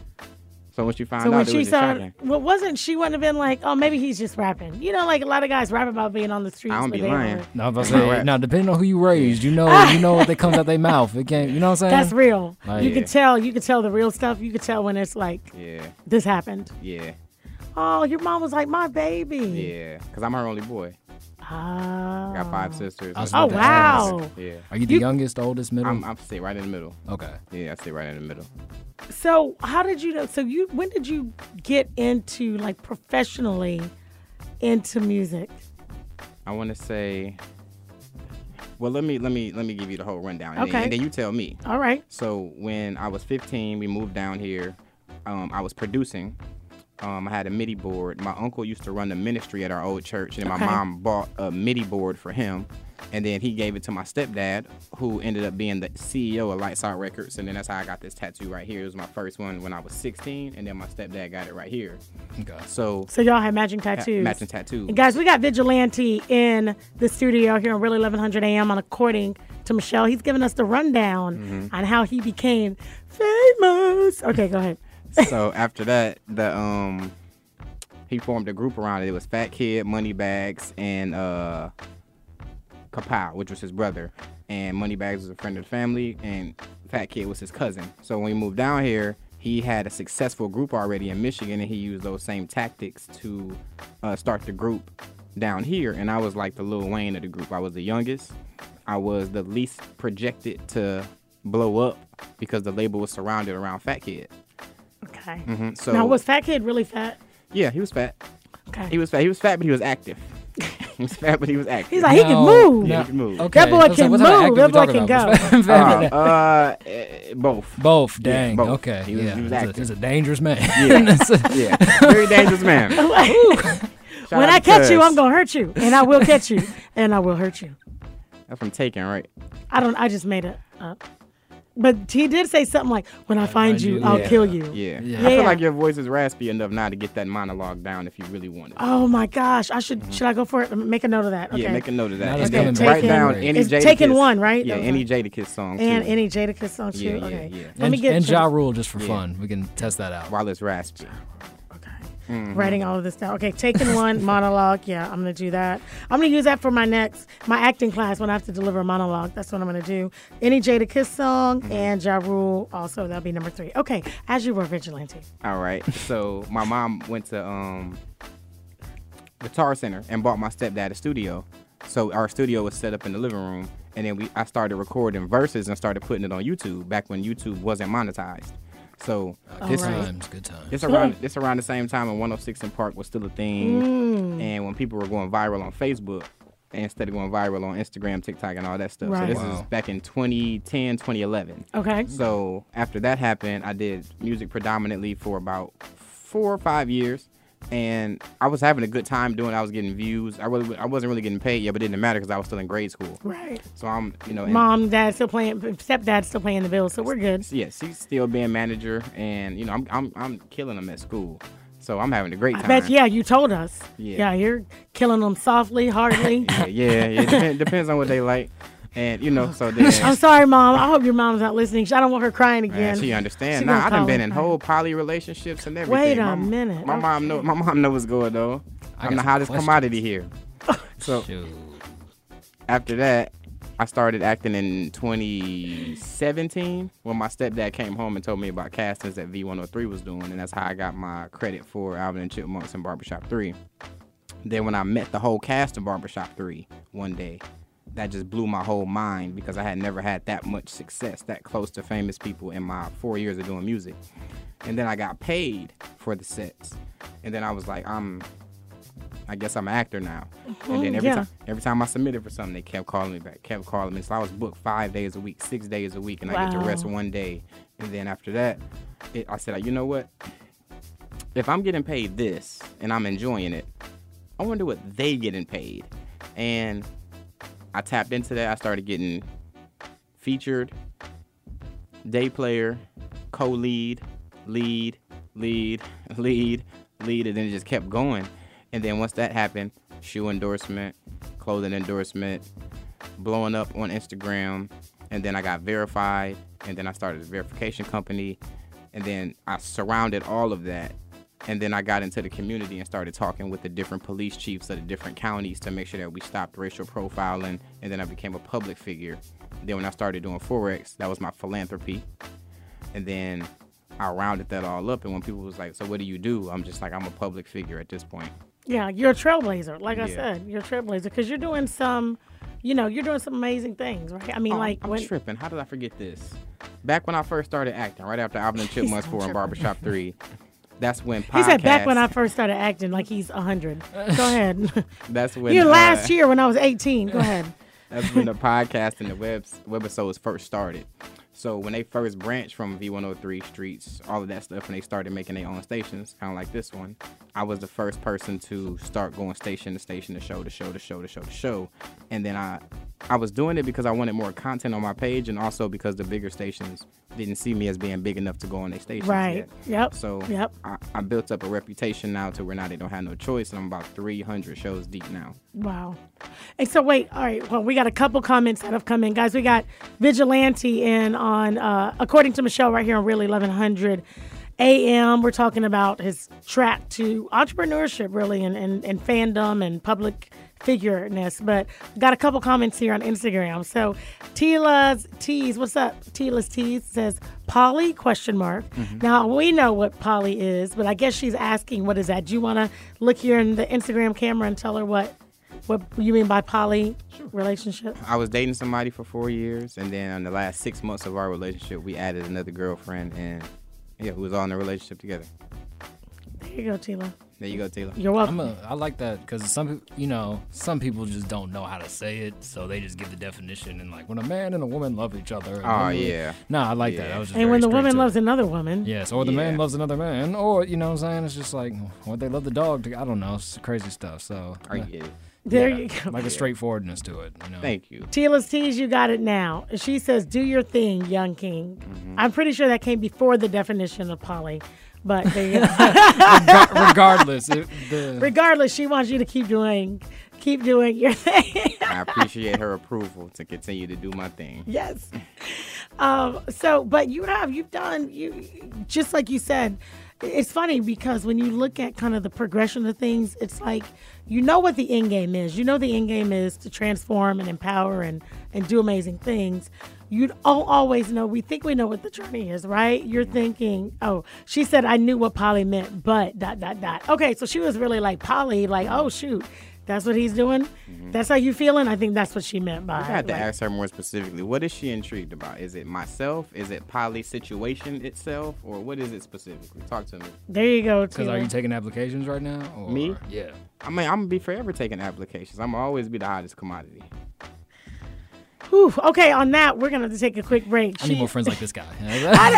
S7: So when she found
S5: So
S7: out,
S5: when
S7: it
S5: she
S7: was just
S5: saw,
S7: shocking.
S5: well, wasn't she wouldn't have been like, oh, maybe he's just rapping. You know, like a lot of guys rap about being on the streets.
S7: I don't
S5: but
S7: be
S5: they
S7: lying.
S5: don't.
S6: No, I'm about to say, now depending on who you raised, you know, you know what that comes out their mouth. It can't, you know what I'm saying?
S5: Ah. That's real.
S6: Like-
S5: you
S7: Yeah.
S5: can tell. You can tell the real stuff. You can tell when it's like
S7: Yeah,
S5: this happened.
S7: yeah,
S5: Oh, your mom was like my baby.
S7: yeah. Because I'm her only boy.
S5: Oh.
S7: Um, I got five sisters.
S6: I was
S5: Oh
S6: about to ask.
S5: wow.
S7: Yeah.
S6: Are you the
S5: You-
S6: youngest, oldest, middle?
S7: I'm, I'm sit right in the middle.
S6: okay.
S7: Yeah, I sit right in the middle.
S5: So how did you know? So you when did you get into like professionally into music?
S7: I want to say, well, let me let me let me give you the whole rundown, and, then,
S5: Okay.
S7: and then you tell me.
S5: All right.
S7: So when I was 15, we moved down here. Um, I was producing. Um, I had a MIDI board. My uncle used to run the ministry at our old church, and then
S5: Okay.
S7: my mom bought a MIDI board for him. And then he gave it to my stepdad, who ended up being the CEO of Lights Out Records. And then that's how I got this tattoo right here. It was my first one when I was 16, and then my stepdad got it right here.
S6: Okay.
S7: So
S5: So y'all had matching tattoos.
S7: matching tattoos.
S5: And guys, we got Vigilante in the studio here on Really 1100 AM on According to Michelle. He's giving us the rundown
S7: Mm-hmm.
S5: on how he became famous. Okay, go ahead.
S7: so after that, the um, he formed a group around it. It was Fat Kid, Moneybags, and uh, Kapow, which was his brother. And Moneybags was a friend of the family, and Fat Kid was his cousin. So when we moved down here, he had a successful group already in Michigan, and he used those same tactics to uh, start the group down here. And I was like the Lil Wayne of the group. I was the youngest. I was the least projected to blow up because the label was surrounded around Fat Kid.
S5: Okay.
S7: Mhm, So
S5: Now was Fat Kid really fat?
S7: yeah, he was fat.
S5: Okay.
S7: He was fat. He was fat, but he was active. he was fat, but he was active.
S5: He's like he can move.
S7: Yeah, he can move.
S5: That boy
S6: I was
S5: can
S6: what type
S5: move.
S6: of actor
S5: That
S6: we
S5: boy
S6: talking
S5: can
S6: about?
S5: go.
S7: uh, uh, eh, both.
S6: Both, dang.
S7: both.
S6: Okay,
S7: He was-
S6: yeah.
S7: he
S6: It's
S7: was
S6: a-
S7: active.
S6: it's a, dangerous man.
S7: Yeah, very dangerous man. Shout
S5: when
S7: out
S5: I
S7: to
S5: catch you,
S7: Cuz.
S5: I'm gonna hurt you, and I will catch you, and I will hurt you.
S7: That's from Taken, right?
S5: I don't. I just made it up. But he did say something like, "When I find you,
S6: you,
S5: I'll
S6: yeah.
S5: kill you."
S7: Yeah.
S6: Yeah.
S7: I
S5: Yeah.
S7: feel like your voice is raspy enough now to get that monologue down if you really want it.
S5: Oh my gosh! I should. Should I go for it? Make a note of that. Okay.
S7: Mm-hmm. Yeah, make a note of that.
S6: Now it's
S7: And then
S6: coming
S7: write
S5: back.
S7: down
S6: Taken.
S7: any
S5: It's
S7: Jadakiss.
S5: Taken one, right?
S7: Yeah,
S5: That was
S7: any
S5: one.
S7: Jadakiss song.
S5: and
S7: too,
S5: any Jadakiss song too.
S7: Yeah, yeah,
S5: okay.
S7: yeah.
S5: Let me
S6: and,
S5: get
S6: and Ja
S5: Jada-
S6: Rule just for fun. We can test that out.
S7: While it's raspy.
S5: Okay.
S7: Mm-hmm.
S5: Writing all of this down. Okay, taking one monologue. Yeah, I'm gonna do that. I'm gonna use that for my next my acting class when I have to deliver a monologue. That's what I'm gonna do. Any Jada Kiss song
S7: Mm-hmm.
S5: and Ja Rule also. That'll be number three. Okay, as you were vigilante.
S7: All right. So my mom went to um Guitar Center and bought my stepdad a studio. So our studio was set up in the living room, and then we I started recording verses and started putting it on YouTube back when YouTube wasn't monetized. So this
S5: All right.
S6: Times, good times.
S7: it's around it's around the same time when 106 in Park was still a thing,
S5: Mm.
S7: and when people were going viral on Facebook instead of going viral on Instagram, TikTok, and all that stuff.
S5: Right.
S7: So this is
S6: Wow.
S7: back in 2010, 2011.
S5: Okay.
S7: So after that happened, I did music predominantly for about four or five years, and I was having a good time doing. it. I was getting views. I really, I wasn't really getting paid yet, but it didn't matter because I was still in grade school.
S5: Right.
S7: So I'm, you know, in-
S5: Mom, dad still playing. Stepdad still playing the bill, so we're good.
S7: yeah, she's still being manager, and you know, I'm, I'm, I'm killing them at school. So I'm having a great time.
S5: I bet. Yeah, you told us.
S7: Yeah.
S5: you're killing them softly, hardly.
S7: yeah, yeah. yeah. Depend, depends on what they like, and you know, so then.
S5: I'm sorry, mom. I hope your mom's not listening. I don't want her crying
S7: Man,
S5: again.
S7: she understand.
S5: Oh, She
S7: Nah,
S5: gonna
S7: I done
S5: call
S7: been
S5: her
S7: in
S5: back.
S7: whole poly relationships and everything.
S5: Wait a
S7: my,
S5: minute. Oh,
S7: My mom know. My mom know what's going on.
S6: I got
S7: I'm the
S6: some
S7: hottest
S6: questions.
S7: commodity here. So
S6: Shoot.
S7: after that, I started acting in 2017 when my stepdad came home and told me about castings that V103 was doing, and that's how I got my credit for Alvin and Chipmunks and Barbershop 3. Then when I met the whole cast of Barbershop 3 one day, that just blew my whole mind because I had never had that much success, that close to famous people in my four years of doing music. And then I got paid for the sets. And then I was like, I'm I guess I'm an actor now. and then every
S5: yeah.
S7: time every time I submitted for something, they kept calling me back, kept calling me. So I was booked five days a week, six days a week, and I get to rest
S5: Wow.
S7: one day. And then after that, it, I said, you know what? If I'm getting paid this and I'm enjoying it, I wonder what they getting paid. And I tapped into that. I started getting featured, day player, co-lead, lead, lead, lead, lead, and then it just kept going. And then once that happened, shoe endorsement, clothing endorsement, blowing up on Instagram, and then I got verified, and then I started a verification company, and then I surrounded all of that. And then I got into the community and started talking with the different police chiefs of the different counties to make sure that we stopped racial profiling. And then I became a public figure. Then when I started doing Forex, that was my philanthropy. And then I rounded that all up. And when people was like, So what do you do? I'm just like, I'm a public figure at this point.
S5: Yeah, you're a trailblazer. Like I
S7: Yeah.
S5: said, you're a trailblazer because you're doing some, you know, you're doing some amazing things, right? I mean,
S7: Oh,
S5: like
S7: I'm
S5: when
S7: tripping. How did I forget this? Back when I first started acting, right after Alvin and Chipmunks
S5: I'm
S7: 4 and
S5: tripping.
S7: Barbershop 3, that's when podcasts.
S5: he said back when I first started acting, like he's hundred. Go ahead.
S7: That's when.
S5: you
S7: uh,
S5: last year when I was 18. Go ahead.
S7: That's when the podcast and the web webisodes first started. So when they first branched from V103 Streets, all of that stuff, and they started making their own stations, kind of like this one, I was the first person to start going station to station, to show to show to show to show to show, and then I, I was doing it because I wanted more content on my page, and also because the bigger stations didn't see me as being big enough to go on their stations.
S5: Right.
S7: yet.
S5: Yep.
S7: So
S5: Yep.
S7: I, I built up a reputation now to where now they don't have no choice, and I'm about 300 shows deep now.
S5: Wow. And so wait, all right. Well, we got a couple comments that have come in, guys. We got vigilante in on, uh, according to Michelle, right here on Really 1100 AM. We're talking about his track to entrepreneurship, really, and and, and fandom and public figureness. But got a couple comments here on Instagram. So Tila's Tease, what's up? Tila's Tease says Polly question mark. Now we know what Polly is, but I guess she's asking what is that? Do you want to look here in the Instagram camera and tell her what what you mean by poly relationship?
S7: I was dating somebody for four years, and then in the last six months of our relationship, we added another girlfriend, and yeah, we was all in a relationship together.
S5: There you go, Tila.
S7: There you go, Taylor.
S5: You're welcome.
S6: I'm a, I like that because some peop- you know some people just don't know how to say it, so they just give the definition and like when a man and a woman love each other. and
S7: Oh,
S6: when we-
S7: yeah.
S6: Nah, I like that.
S7: Yeah.
S6: that was just
S5: and when
S6: very
S5: the
S6: straight
S5: woman
S6: to
S5: loves
S6: it.
S5: another woman,
S6: Yes, or the
S7: Yeah.
S6: man loves another man, or you know what I'm saying? It's just like, well, they love the dog. To, I don't know. It's crazy stuff. So,
S7: Are
S6: yeah,
S7: you?
S5: there
S6: yeah,
S5: you go.
S6: Like a straightforwardness to it. You know?
S7: Thank you.
S5: Tila's tease, you got it now. She says, "Do your thing, young king."
S6: Mm-hmm.
S5: I'm pretty sure that came before the definition of poly, but there you go.
S6: Rega- regardless, it, the,
S5: regardless, she wants you to keep doing, keep doing your thing.
S7: I appreciate her approval to continue to do my thing.
S5: yes. Um, so, but you have you've done you just like you said. It's funny because when you look at kind of the progression of things, it's like you know what the end game is. You know the end game is to transform and empower and and do amazing things. You don't always know. We think we know what the journey is, right? You're thinking, oh, she said I knew what Polly meant, but dot dot dot. Okay, so she was really like Polly, like oh shoot, that's what he's doing. That's how you feeling. I think that's what she meant by.
S7: I had to
S5: like,
S7: ask her more specifically. What is she intrigued about? Is it myself? Is it Polly's situation itself, or what is it specifically? Talk to me.
S5: there you go.
S6: because are
S5: Tila.
S6: you taking applications right now? Or,
S7: Me?
S6: Yeah.
S7: I mean, I'm gonna be forever taking applications. I'm gonna always be the hottest commodity.
S5: Whew, okay, on that, we're going to have to take a quick break.
S6: I need more friends like this guy.
S5: All right.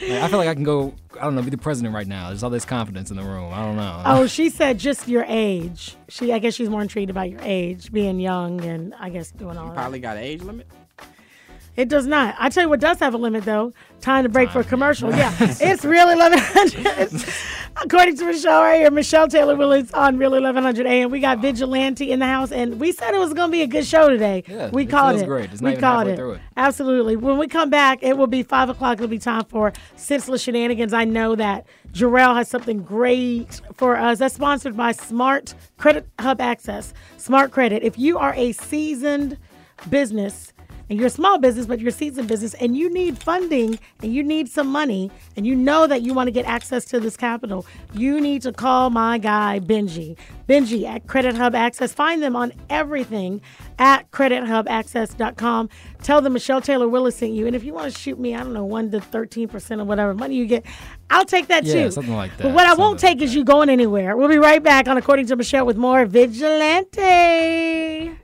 S6: I feel like I can go. I don't know. Be the president right now. There's all this confidence in the room. I don't know.
S5: oh, she said just your age. She, I guess she's more intrigued about your age, being young, and I guess doing all that.
S7: Polly got an age limit.
S5: It does not. I tell you what does have a limit though. Time to break for a commercial. Yeah, it's really 1100. According to Michelle right here, Michelle Taylor Willis on Really 1100 AM. We got Vigilante in the house, and we said it was going to be a good show today.
S6: Yeah,
S5: we
S6: it
S5: called
S6: feels
S5: it.
S6: great. It's not
S5: we
S6: even
S5: called
S6: halfway
S5: it.
S6: through it.
S5: Absolutely. When we come back, it will be five o'clock. It'll be time for senseless shenanigans. I know that Jarrell has something great for us. That's sponsored by Smart Credit Hub Access. Smart Credit. If you are a seasoned business and you're a small business, but you're a seasoned business, and you need funding and you need some money, and you know that you want to get access to this capital, you need to call my guy, Benji. Benji at Credit Hub Access. Find them on everything at credithubaccess.com. Tell them Michelle Taylor Willis sent you. And if you want to shoot me, I don't know, 1 to 13% of whatever money you get, I'll take that
S6: Yeah,
S5: too.
S6: something like
S5: But
S6: that,
S5: what I won't
S6: something like
S5: take is you going anywhere. We'll be right back on According to Michelle with more Vigilante.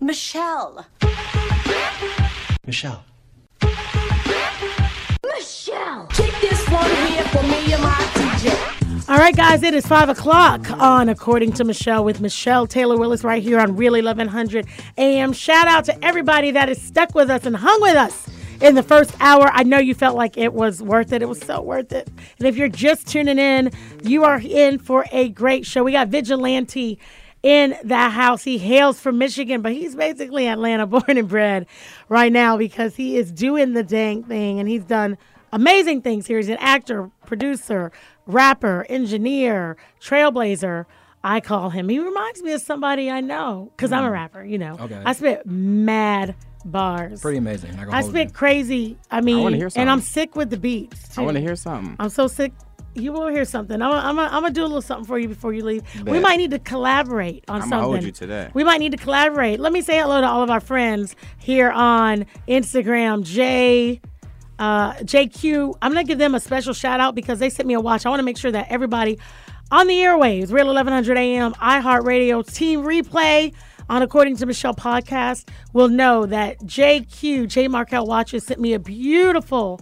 S1: Michelle.
S8: Michelle.
S1: Michelle. Kick this one here for me and my DJ.
S5: All right, guys, it is 5 o'clock on According to Michelle with Michelle Taylor Willis right here on Really Love 100 AM. Shout out to everybody that is stuck with us and hung with us in the first hour. I know you felt like it was worth it. It was so worth it. And if you're just tuning in, you are in for a great show. We got Vigilante in the house. He hails from Michigan, but he's basically Atlanta born and bred right now because he is doing the dang thing and he's done amazing things here. He's an actor, producer, rapper, engineer, trailblazer. I call him. He reminds me of somebody I know because
S7: Mm.
S5: I'm a rapper, you know.
S6: Okay.
S5: I spit mad bars.
S6: Pretty amazing. Not gonna
S5: I
S6: hold
S5: spit crazy. I mean,
S7: wanna hear
S5: and I'm
S7: something.
S5: sick with the beats. Too.
S7: I want to hear something.
S5: I'm so sick. You will hear something. I'm gonna I'm I'm do a little something for you before you leave. We
S7: Bet.
S5: might need to collaborate on
S7: I'ma
S5: something.
S7: hold you to that.
S5: We might need to collaborate. Let me say hello to all of our friends here on Instagram. Jay, uh, JQ. I'm gonna give them a special shout out because they sent me a watch. I want to make sure that everybody on the airwaves, Real 1100 AM, iHeartRadio, Team Replay, on According to Michelle podcast, will know that JQ, J Markel Watches, sent me a beautiful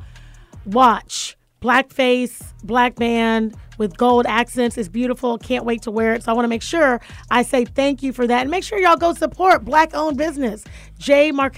S5: watch. Blackface, black band with gold accents. It's beautiful. Can't wait to wear it. So I want to make sure I say thank you for that. And make sure y'all go support black owned business.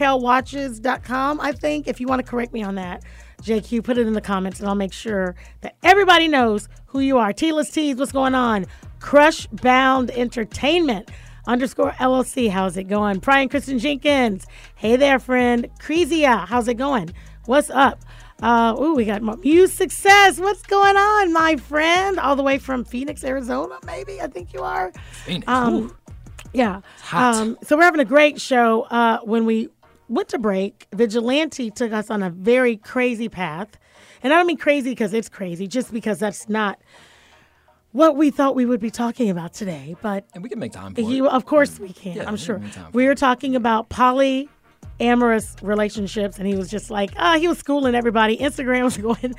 S5: jmarkelwatches.com, I think. If you want to correct me on that, JQ, put it in the comments and I'll make sure that everybody knows who you are. T-less Tees, what's going on? Crush Bound Entertainment underscore LLC. How's it going? Brian Kristen Jenkins. Hey there, friend. Crezia, how's it going? What's up? Uh, ooh, we got more Muse Success. What's going on, my friend? All the way from Phoenix, Arizona, maybe? I think you are.
S6: Phoenix.
S5: Um,
S6: Ooh.
S5: yeah. Um,
S6: hot.
S5: so we're having a great show. Uh, when we went to break, Vigilante took us on a very crazy path. And I don't mean crazy because it's crazy, just because that's not what we thought we would be talking about today. But
S6: and we can make time for
S5: you,
S6: it.
S5: of course, we can.
S6: Yeah,
S5: I'm
S6: we
S5: sure.
S6: have time for
S5: We were talking about polyamorous relationships, and he was just like, uh, he was schooling everybody. Instagram was going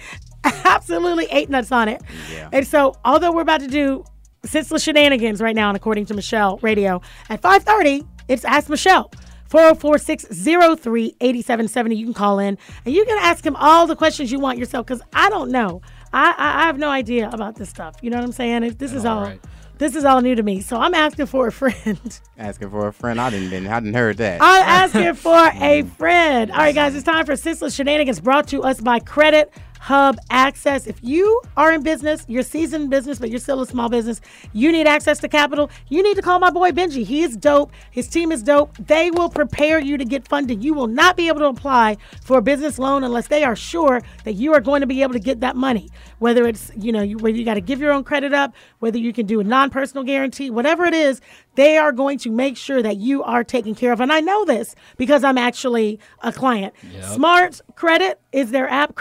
S5: absolutely eight nuts on it.
S7: Yeah.
S5: And so, although we're about to do senseless shenanigans right now, and according to Michelle Radio at 5:30, it's Ask Michelle. 404-603-8770. You can call in and you can ask him all the questions you want yourself because I don't know. I, I I have no idea about this stuff. You know what I'm saying? If this is all,
S6: all right.
S5: this is all new to me. So I'm asking for a friend.
S7: Asking for a friend. I didn't been. I didn't heard that.
S5: I'm asking for a friend. All right, guys, it's time for Senseless Shenanigans brought to us by Credit Hub Access. If you are in business, you're seasoned in business, but you're still a small business, you need access to capital, you need to call my boy Benji. He is dope. His team is dope. They will prepare you to get funding. You will not be able to apply for a business loan unless they are sure that you are going to be able to get that money. Whether it's, you know, you, whether you got to give your own credit up, whether you can do a non personal guarantee, whatever it is, they are going to make sure that you are taken care of. And I know this because I'm actually a client. Smart Credit is their app,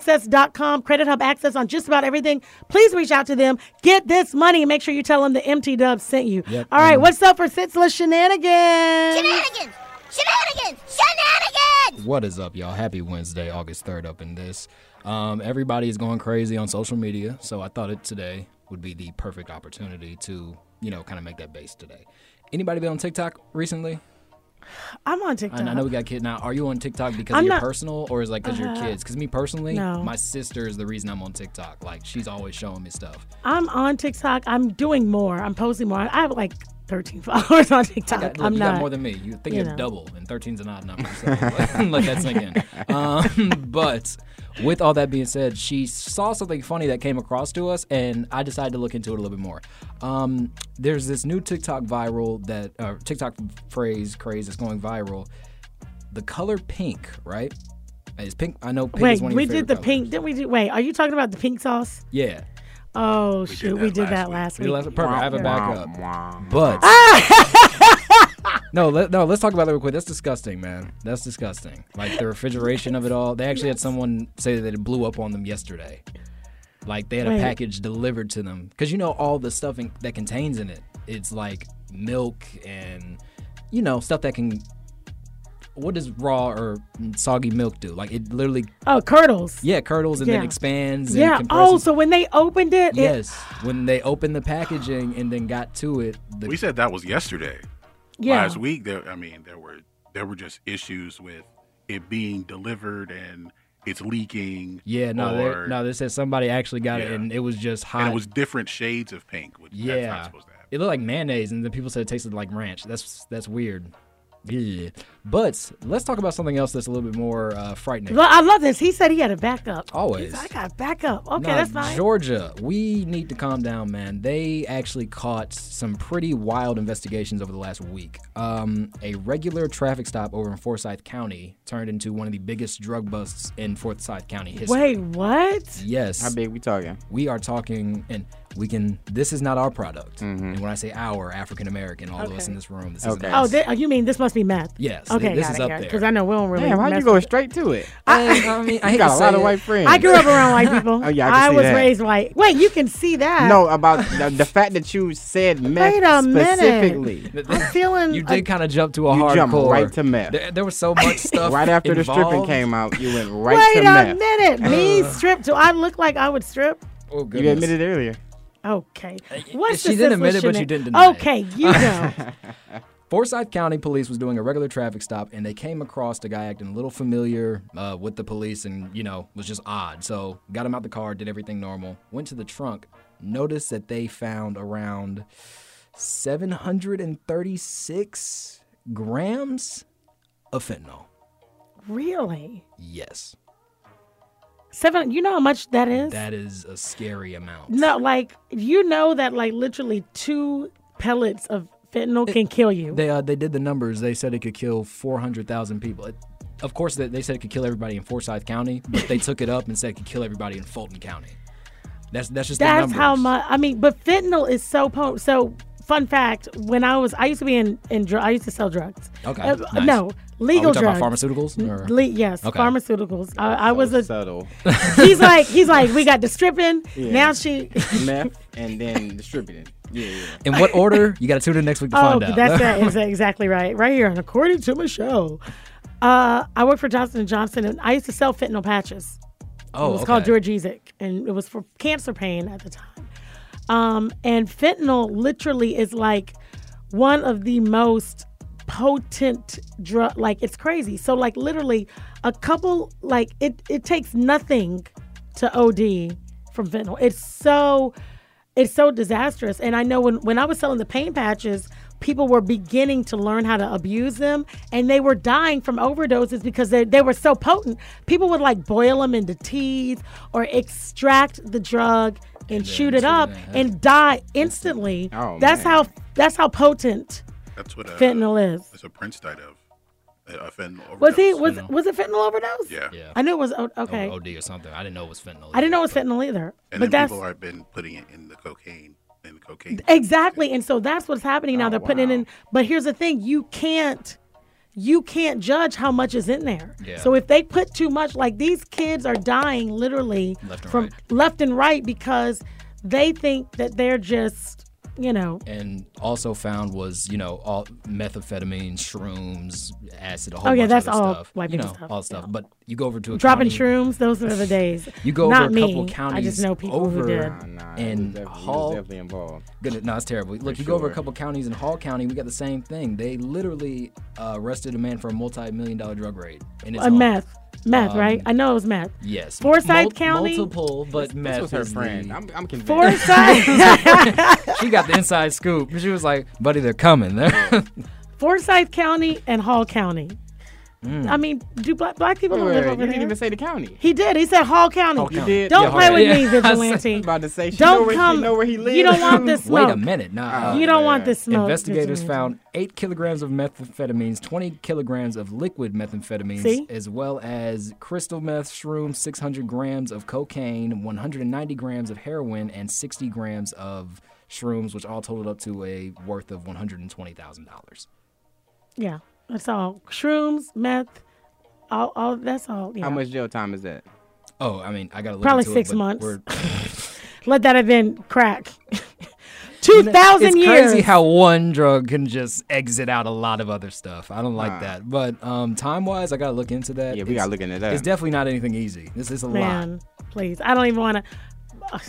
S5: credithubaccess.com, Credit Hub Access on just about everything. Please reach out to them. Get this money. Make sure you tell them the MT Dub sent you.
S6: Yep. Mm-hmm.
S5: All right, what's up for Senseless Shenanigans?
S9: Shenanigans! Shenanigans! Shenanigans!
S6: What is up, y'all? Happy Wednesday, August 3rd, up in this. Um, everybody is going crazy on social media, so I thought it today would be the perfect opportunity to, you know, kind of make that base today. Anybody been on TikTok recently?
S5: I'm on TikTok.
S6: And I know we got kids now. Are you on TikTok because
S5: I'm
S6: of your
S5: not- Uh-huh.
S6: personal, or is it like because your kids? Because me personally,
S5: no.
S6: my sister is the reason I'm on TikTok. Like she's always showing me stuff.
S5: I'm on TikTok. I'm doing more. I'm posting more. I have like 13 followers on TikTok.
S6: Got- look,
S5: I'm
S6: you
S5: not.
S6: got more than me. You think
S5: you
S6: it's
S5: know.
S6: double, and 13's an odd number. So let that sink in. Um, but with all that being said, she saw something funny that came across to us, and I decided to look into it a little bit more. Um, there's this new TikTok viral that uh, TikTok phrase craze that's going viral. The color pink, right? Is pink? I know pink
S5: Wait,
S6: is one of
S5: we
S6: your
S5: did
S6: favorite
S5: the
S6: colors.
S5: pink. Didn't we do? Wait, are you talking about the pink sauce?
S6: Yeah.
S5: Oh shoot, we
S4: that
S5: did
S4: last
S5: that
S4: week.
S5: last
S6: We
S5: week.
S6: did last- Perfect. I have it back up.
S7: Wah, wah.
S6: But no, let, no. Let's talk about that real quick. That's disgusting, man. That's disgusting. Like the refrigeration of it all. They actually had someone say that it blew up on them yesterday. Like they had
S5: Wait.
S6: a package delivered to them because you know all the stuff in, that contains in it. It's like milk and you know stuff that can. What does raw or soggy milk do? Like it literally,
S5: Oh, curdles.
S6: yeah, curdles and
S5: Yeah.
S6: then expands. And
S5: Yeah.
S6: compresses.
S5: Oh, so when they opened it, it-
S6: yes, when they opened the packaging and then got to it, the
S4: We said that was yesterday.
S5: yeah.
S4: Last week, there. I mean, there were there were just issues with it being delivered and it's leaking.
S6: Yeah, no,
S4: or,
S6: they, no. They said somebody actually got it,
S4: Yeah.
S6: and it was just hot.
S4: and it was different shades of pink. Which yeah, that's
S6: yeah,
S4: not supposed to happen.
S6: it looked like mayonnaise, and then people said it tasted like ranch. That's that's weird. Yeah. But let's talk about something else that's a little bit more uh, frightening.
S5: Lo- I love this. He said he had a backup. He's
S6: Always.
S5: like, I got backup. Okay,
S6: Now,
S5: that's fine.
S6: Georgia, we need to calm down, man. They actually caught some pretty wild investigations over the last week. Um, a regular traffic stop over in Forsyth County turned into one of the biggest drug busts in Forsyth County history.
S5: Wait, what?
S6: Yes.
S7: How big we talking?
S6: we are talking and we can this is not our product and when i say our african american all of us in this room this isn't
S7: Mm-hmm. Okay.
S5: Oh,
S6: us.
S5: thi- oh, you mean this must be meth?
S6: Yes, th-
S5: Okay,
S6: this
S5: got
S6: is
S5: it,
S6: up
S5: got it.
S6: there.
S5: Because I know we don't really.
S7: Damn, how
S5: mess
S7: you going
S5: with-
S7: straight to it?
S6: And, I mean, I
S7: You
S6: hate
S7: got
S6: to
S7: a lot
S6: say
S7: of
S6: it.
S7: white friends.
S5: I grew up around white people.
S7: Oh, yeah, I can see
S5: was
S7: that.
S5: raised white. Wait, you can see that?
S7: No, about the, the fact that you said meth
S5: Wait a minute.
S7: specifically.
S5: I'm feeling.
S6: you did kind of jump to a
S7: You
S6: hardcore
S7: jumped right to meth.
S6: there, there was so much stuff
S7: Right after the stripping
S6: involved.
S7: came out, you went right
S5: Wait
S7: to
S5: a
S7: meth.
S5: minute. Me strip? Do I look like I would strip?
S6: oh,
S7: You
S6: goodness.
S7: admitted earlier.
S5: Okay. What's
S6: Uh, she
S5: the sense
S6: didn't
S5: with
S6: admit it, but
S5: Shanae?
S6: you didn't deny it.
S5: Okay, you know.
S6: Forsyth County Police was doing a regular traffic stop, and they came across a guy acting a little familiar uh, with the police, and you know was just odd. So got him out the car, did everything normal, went to the trunk, noticed that they found around 736 grams of fentanyl.
S5: really?
S6: Yes,
S5: Seven. You know how much that is?
S6: that is a scary amount.
S5: no, like you know that like literally two pellets of fentanyl can kill you.
S6: They uh, they did the numbers. They said it could kill 400,000 people. It, of course, they, they said it could kill everybody in Forsyth County, but they took it up and said it could kill everybody in Fulton County. That's that's just the
S5: That's
S6: numbers.
S5: how much. I mean, but fentanyl is so potent. So, fun fact: when I was, I used to be in, in dr- I used to sell drugs.
S6: Okay,
S5: Uh,
S6: nice.
S5: No, legal
S6: Are we talking
S5: drugs.
S6: about pharmaceuticals? Or?
S5: Le- yes,
S6: Okay.
S5: pharmaceuticals. I, I was a.
S7: subtle
S5: He's like, he's like, we got the stripping. Now she.
S7: meth and then distributed. Yeah, yeah.
S6: in what order? You got to tune in next week to
S5: Oh,
S6: find out.
S5: that's right, exa- exactly right. Right here, and according to Michelle, uh, I worked for Johnson and Johnson, and I used to sell fentanyl patches.
S6: oh,
S5: it was called
S6: okay.
S5: Georgesic, and it was for cancer pain at the time. Um, and fentanyl literally is like one of the most potent drug. Like it's crazy. So like literally, a couple like it it takes nothing to OD from fentanyl. It's so it's so disastrous. And I know when when I was selling the pain patches. People were beginning to learn how to abuse them, and they were dying from overdoses because they, they were so potent. People would like boil them into teas or extract the drug and, shoot it up and die instantly.
S7: Oh,
S5: that's
S7: man.
S5: how that's how potent
S4: That's what uh,
S5: fentanyl is.
S4: That's what Prince died of. A, a fentanyl
S5: Was he
S4: overdose.
S5: was was it fentanyl overdose?
S4: Yeah.
S6: Yeah.
S5: I knew it was. o-
S6: O-
S5: Okay,
S6: OD or something. I didn't know it was fentanyl.
S5: I didn't know it was fentanyl either.
S4: And
S5: but
S4: then
S5: that's
S4: people have been putting it in the cocaine. In the cocaine.
S5: exactly, and so that's what's happening now.
S7: Oh,
S5: They're putting it in.
S7: wow.
S5: But here's the thing: you can't. You can't judge how much is in there.
S6: Yeah.
S5: So if they put too much, like these kids are dying literally
S6: Left and
S5: from
S6: right.
S5: left and right because they think that they're just, you know,
S6: And also found was you know all methamphetamine, shrooms, acid, a whole
S5: Oh, yeah,
S6: bunch
S5: that's
S6: of other
S5: all
S6: stuff.
S5: white
S6: you know
S5: people stuff,
S6: all stuff.
S5: yeah.
S6: But you go over to a
S5: dropping
S6: county,
S5: shrooms. Those are the days.
S6: Um, You go
S5: Not
S6: over a
S5: me.
S6: couple counties.
S5: I just know people
S6: over,
S5: who did.
S7: Nah, nah, he was
S6: And
S7: definitely, he was
S6: Hall
S7: definitely involved.
S6: Goodness, no, it's terrible. Look, you go over a
S7: sure.
S6: couple counties in Hall County, we got the same thing. They literally uh, arrested a man for a multi-million dollar drug raid. In his
S5: A
S6: home.
S5: meth, meth, right?
S6: um,
S5: I know it was meth.
S6: Yes.
S5: Forsyth
S6: Mul-
S5: County?
S6: Multiple, but meth
S7: This was her
S6: is the-
S7: friend. I'm, I'm convinced.
S5: Forsyth,
S6: she got the inside scoop. She was like, buddy, they're coming. They're-
S5: Forsyth County and Hall County.
S6: Mm.
S5: I mean, do black, black people don't live
S7: Wait,
S5: over
S7: you didn't
S5: there?
S7: even say the county.
S5: He did. He said Hall County.
S6: Hall You County.
S7: did?
S5: Don't
S6: Yeah,
S5: play
S6: Hall
S5: with me,
S6: County. Yeah, I
S5: vigilante.
S7: I'm about to say she know
S5: don't
S7: where,
S5: come.
S7: She know where he lives.
S5: You don't want this smoke.
S6: Wait a minute. Nah.
S5: You don't
S7: man.
S5: want this smoke.
S6: Investigators
S5: vigilante.
S6: found 8 kilograms of methamphetamines, 20 kilograms of liquid methamphetamines,
S5: See?
S6: as well as crystal meth, shrooms, 600 grams of cocaine, 190 grams of heroin, and 60 grams of shrooms, which all totaled up to a worth of $120,000.
S5: Yeah, that's all. Shrooms, meth, all, all that's all. Yeah.
S7: How much jail time is that?
S6: Oh, I mean, I got to look
S5: Probably
S6: into it,
S5: six
S6: but
S5: months.
S6: we're-
S5: Let that have been crack. Two thousand
S6: it's
S5: years.
S6: crazy how one drug can just exit out a lot of other stuff. I don't like
S7: Nah.
S6: that. But um, time wise, I gotta look into that.
S7: Yeah, we
S6: It's-
S7: gotta look into that.
S6: It's definitely not anything easy. This is a lot.
S5: Man, please, I don't even want to.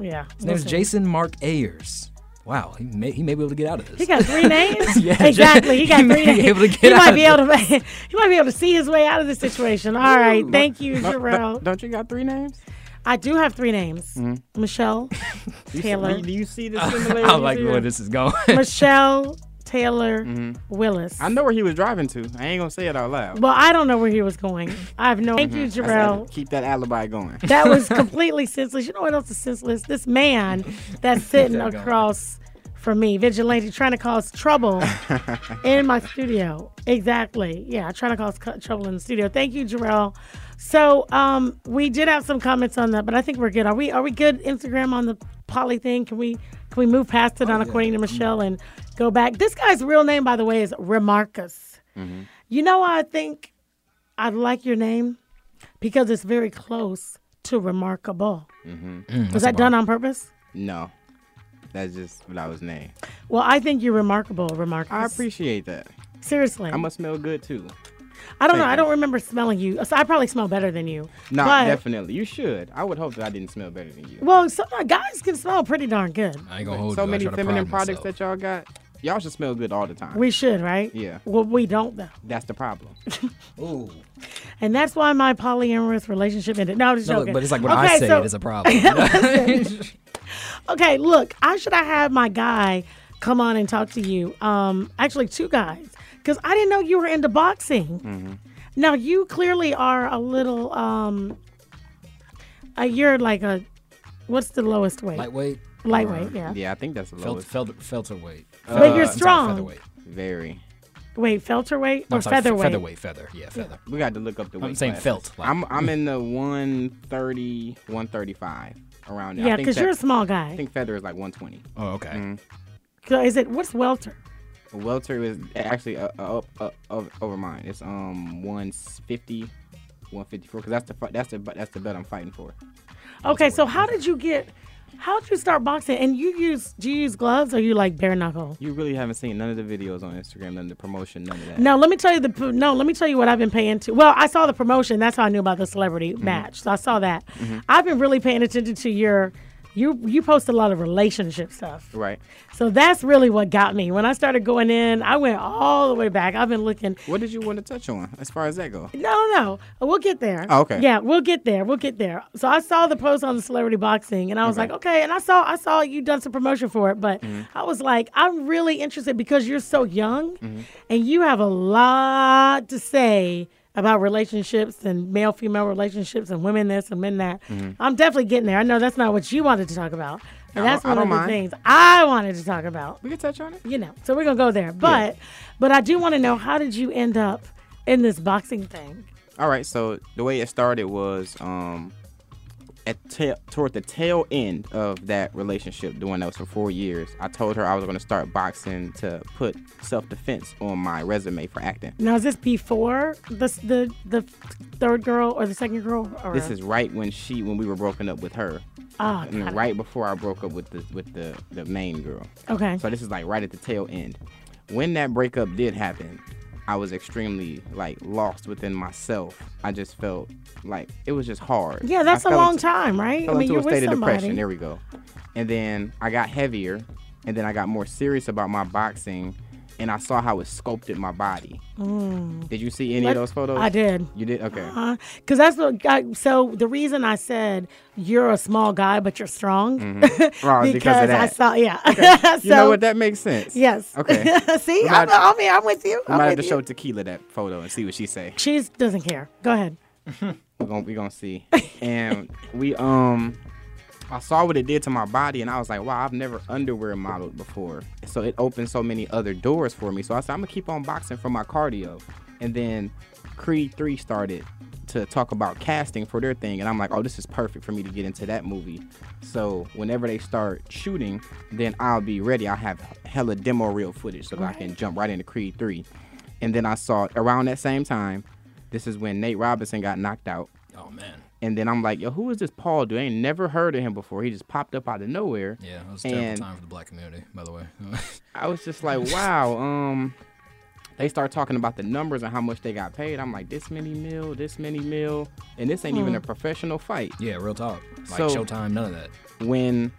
S5: Yeah.
S6: His name's Jason Mark Ayers. Wow, he may he may be able to get out of
S5: He
S6: this.
S5: got three names.
S6: Yeah, Jay-
S5: exactly. He got
S6: he may
S5: three
S6: be
S5: names.
S6: able to
S5: he
S6: get
S5: might
S6: out
S5: be
S6: of
S5: able to. he might be able to see his way out of the situation. All right. Thank you, Jarrell.
S7: Don't you got three names?
S5: I do have three names.
S6: Mm-hmm.
S5: Michelle Taylor.
S7: Do you see the
S6: I
S7: similarities?
S6: don't like
S7: here?
S6: where this Mm-hmm. is going.
S5: Michelle Taylor Willis.
S7: I know where he was driving to. I ain't gonna say it out loud.
S5: Well, I don't know where he was going. I have
S6: Mm-hmm.
S5: no. Thank you,
S7: I said,
S5: Jarrell.
S7: keep that alibi going.
S5: That was completely senseless. You know what else is senseless? This man that's sitting
S6: Keep that going.
S5: across from me, vigilante, trying to cause trouble in my studio. Exactly. Yeah, trying to cause cu- trouble in the studio. Thank you, Jarrell. So um, we did have some comments on that, but I think we're good. Are we? Are we good? Instagram on the poly thing? Can we? Can we move past it on according to Michelle and go back? This guy's real name, by the way, is Remarcus. You know, why I think I like your name because it's very close to remarkable.
S6: Mm,
S5: was that done on purpose?
S7: no, that's just what I was named.
S5: Well, I think you're remarkable, Remarkable.
S7: I appreciate that.
S5: Seriously,
S7: I must smell good too.
S5: I don't know.
S7: thank
S5: I
S7: you.
S5: don't remember smelling you. So I probably smell better than you.
S7: Nah,
S5: But-
S7: definitely. You should. I would hope that I didn't smell better than you.
S5: Well, some guys can smell pretty darn good.
S6: I ain't gonna hold
S7: so
S6: you. I
S7: many
S6: try to
S7: feminine
S6: pride
S7: products
S6: myself.
S7: that y'all got. Y'all should smell good all the time.
S5: We should, right?
S7: Yeah.
S5: Well, we don't though,
S7: that's the problem.
S6: Ooh,
S5: and that's why my polyamorous relationship ended. No, I'm just
S6: no, look,
S5: joking.
S6: but it's like when
S5: okay,
S6: I say
S5: so,
S6: it is a problem.
S5: Okay, look, I should have had my guy come on and talk to you. Um, actually, two guys, because I didn't know you were into boxing. Now you clearly are a little. Um, uh, you're like a, what's the lowest weight?
S6: Lightweight,
S5: Lightweight, yeah.
S7: Yeah, I think that's the
S6: felt,
S7: lowest.
S6: felt, felterweight.
S5: But you're
S6: I'm sorry,
S5: strong.
S6: featherweight.
S7: Very.
S5: Wait, welterweight
S6: No,
S5: or
S6: I'm sorry, fe-
S5: featherweight?
S6: Featherweight, feather. Yeah, feather.
S7: We got to look up the weight.
S6: I'm saying
S7: classes.
S6: felt. like-
S7: I'm I'm in the 130, 135 around. there. I
S5: Yeah,
S7: think
S5: because
S7: fe-
S5: you're a small
S7: I
S5: guy.
S7: think feather is like 120.
S6: oh, okay.
S5: So is it what's welter?
S7: Welter is actually uh, uh, up, up, up over mine. It's um 150, 154 because that's the fi- that's the bu- that's the bet I'm fighting for.
S5: Okay, so how did you get? How did you start boxing? And you use do you use gloves or you like bare knuckle?
S7: You really haven't seen none of the videos on Instagram, none of the promotion, none of that.
S5: No, let me tell you the no. Let me tell you what I've been paying to. Well, I saw the promotion. That's how I knew about the celebrity match. So I saw that. I've been really paying attention to your. You you post a lot of relationship stuff.
S7: Right.
S5: So that's really what got me. When I started going in, I went all the way back. I've been looking.
S7: What did you want to touch on as far as that go?
S5: No, no, we'll get there.
S7: Oh, okay.
S5: Yeah, we'll get there. We'll get there. So I saw the post on the celebrity boxing, and I was like, okay. And I saw, I saw you done some promotion for it, but
S7: Mm-hmm.
S5: I was like, I'm really interested because you're so young,
S7: Mm-hmm.
S5: and you have a lot to say about relationships and male female relationships and women this and men that. I'm definitely getting there. I know that's not what you wanted to talk about, but
S7: Mm-hmm. I don't-
S5: that's
S7: I
S5: one of
S7: don't
S5: the
S7: mind.
S5: things I wanted to talk about
S7: We can touch on it.
S5: you know, so we're gonna go there. But but I do want to know how did you end up in this boxing thing?
S7: All right. So the way it started was um at ta- toward the tail end of that relationship, the one that was for four years. I told her I was going to start boxing to put self defense on my resume for acting.
S5: Now is this before the s- the the third girl or the second girl? Or?
S7: This is right when she when we were broken up with her.
S5: Ah,
S7: and
S5: got it.
S7: right before I broke up with the with the, the main girl.
S5: okay.
S7: So this is like right at the tail end. When that breakup did happen, I was extremely like lost within myself. I just felt like it was just hard.
S5: Yeah, that's
S7: a
S5: a long time, right?
S7: Fell into a state of depression. There we go. And then I got heavier, and then I got more serious about my boxing, and I saw how it sculpted my body. Did you see any of those photos?
S5: Mm. I did. Uh-huh.
S7: You did? Okay.
S5: Because Uh, that's what. I, so the reason I said you're a small guy, but you're strong,
S7: Right, Mm-hmm. Oh, because of
S5: I
S7: that.
S5: saw. Yeah. so,
S7: you know what? That makes sense.
S5: Yes.
S7: Okay.
S5: See,
S7: We
S5: I'm,
S7: might-
S5: I mean, I'm with you.
S7: We
S5: I'm
S7: might have
S5: with
S7: to
S5: you.
S7: show Tequila that photo and see what she say.
S5: She doesn't care. Go ahead.
S7: We're gonna we gonna see. And we um I saw what it did to my body and I was like, wow, I've never underwear modeled before. So it opened so many other doors for me. So I said, I'm gonna keep on boxing for my cardio. And then Creed 3 started to talk about casting for their thing. And I'm like, oh, this is perfect for me to get into that movie. So whenever they start shooting, then I'll be ready. I'll have hella demo reel footage so that I can jump right into Creed 3. And then I saw around that same time, this is when Nate Robinson got knocked out.
S6: Oh man.
S7: And then I'm like, yo, who is this Paul dude? I ain't never heard of him before. He just popped up out of nowhere.
S6: Yeah, it was a terrible
S7: And-
S6: time for the black community, by the way.
S7: I was just like, wow. Um, they start talking about the numbers and how much they got paid. I'm like, this many mil, this many mil, and this ain't even a professional fight.
S6: yeah, real talk. Like
S7: So-
S6: Showtime, none of that.
S7: When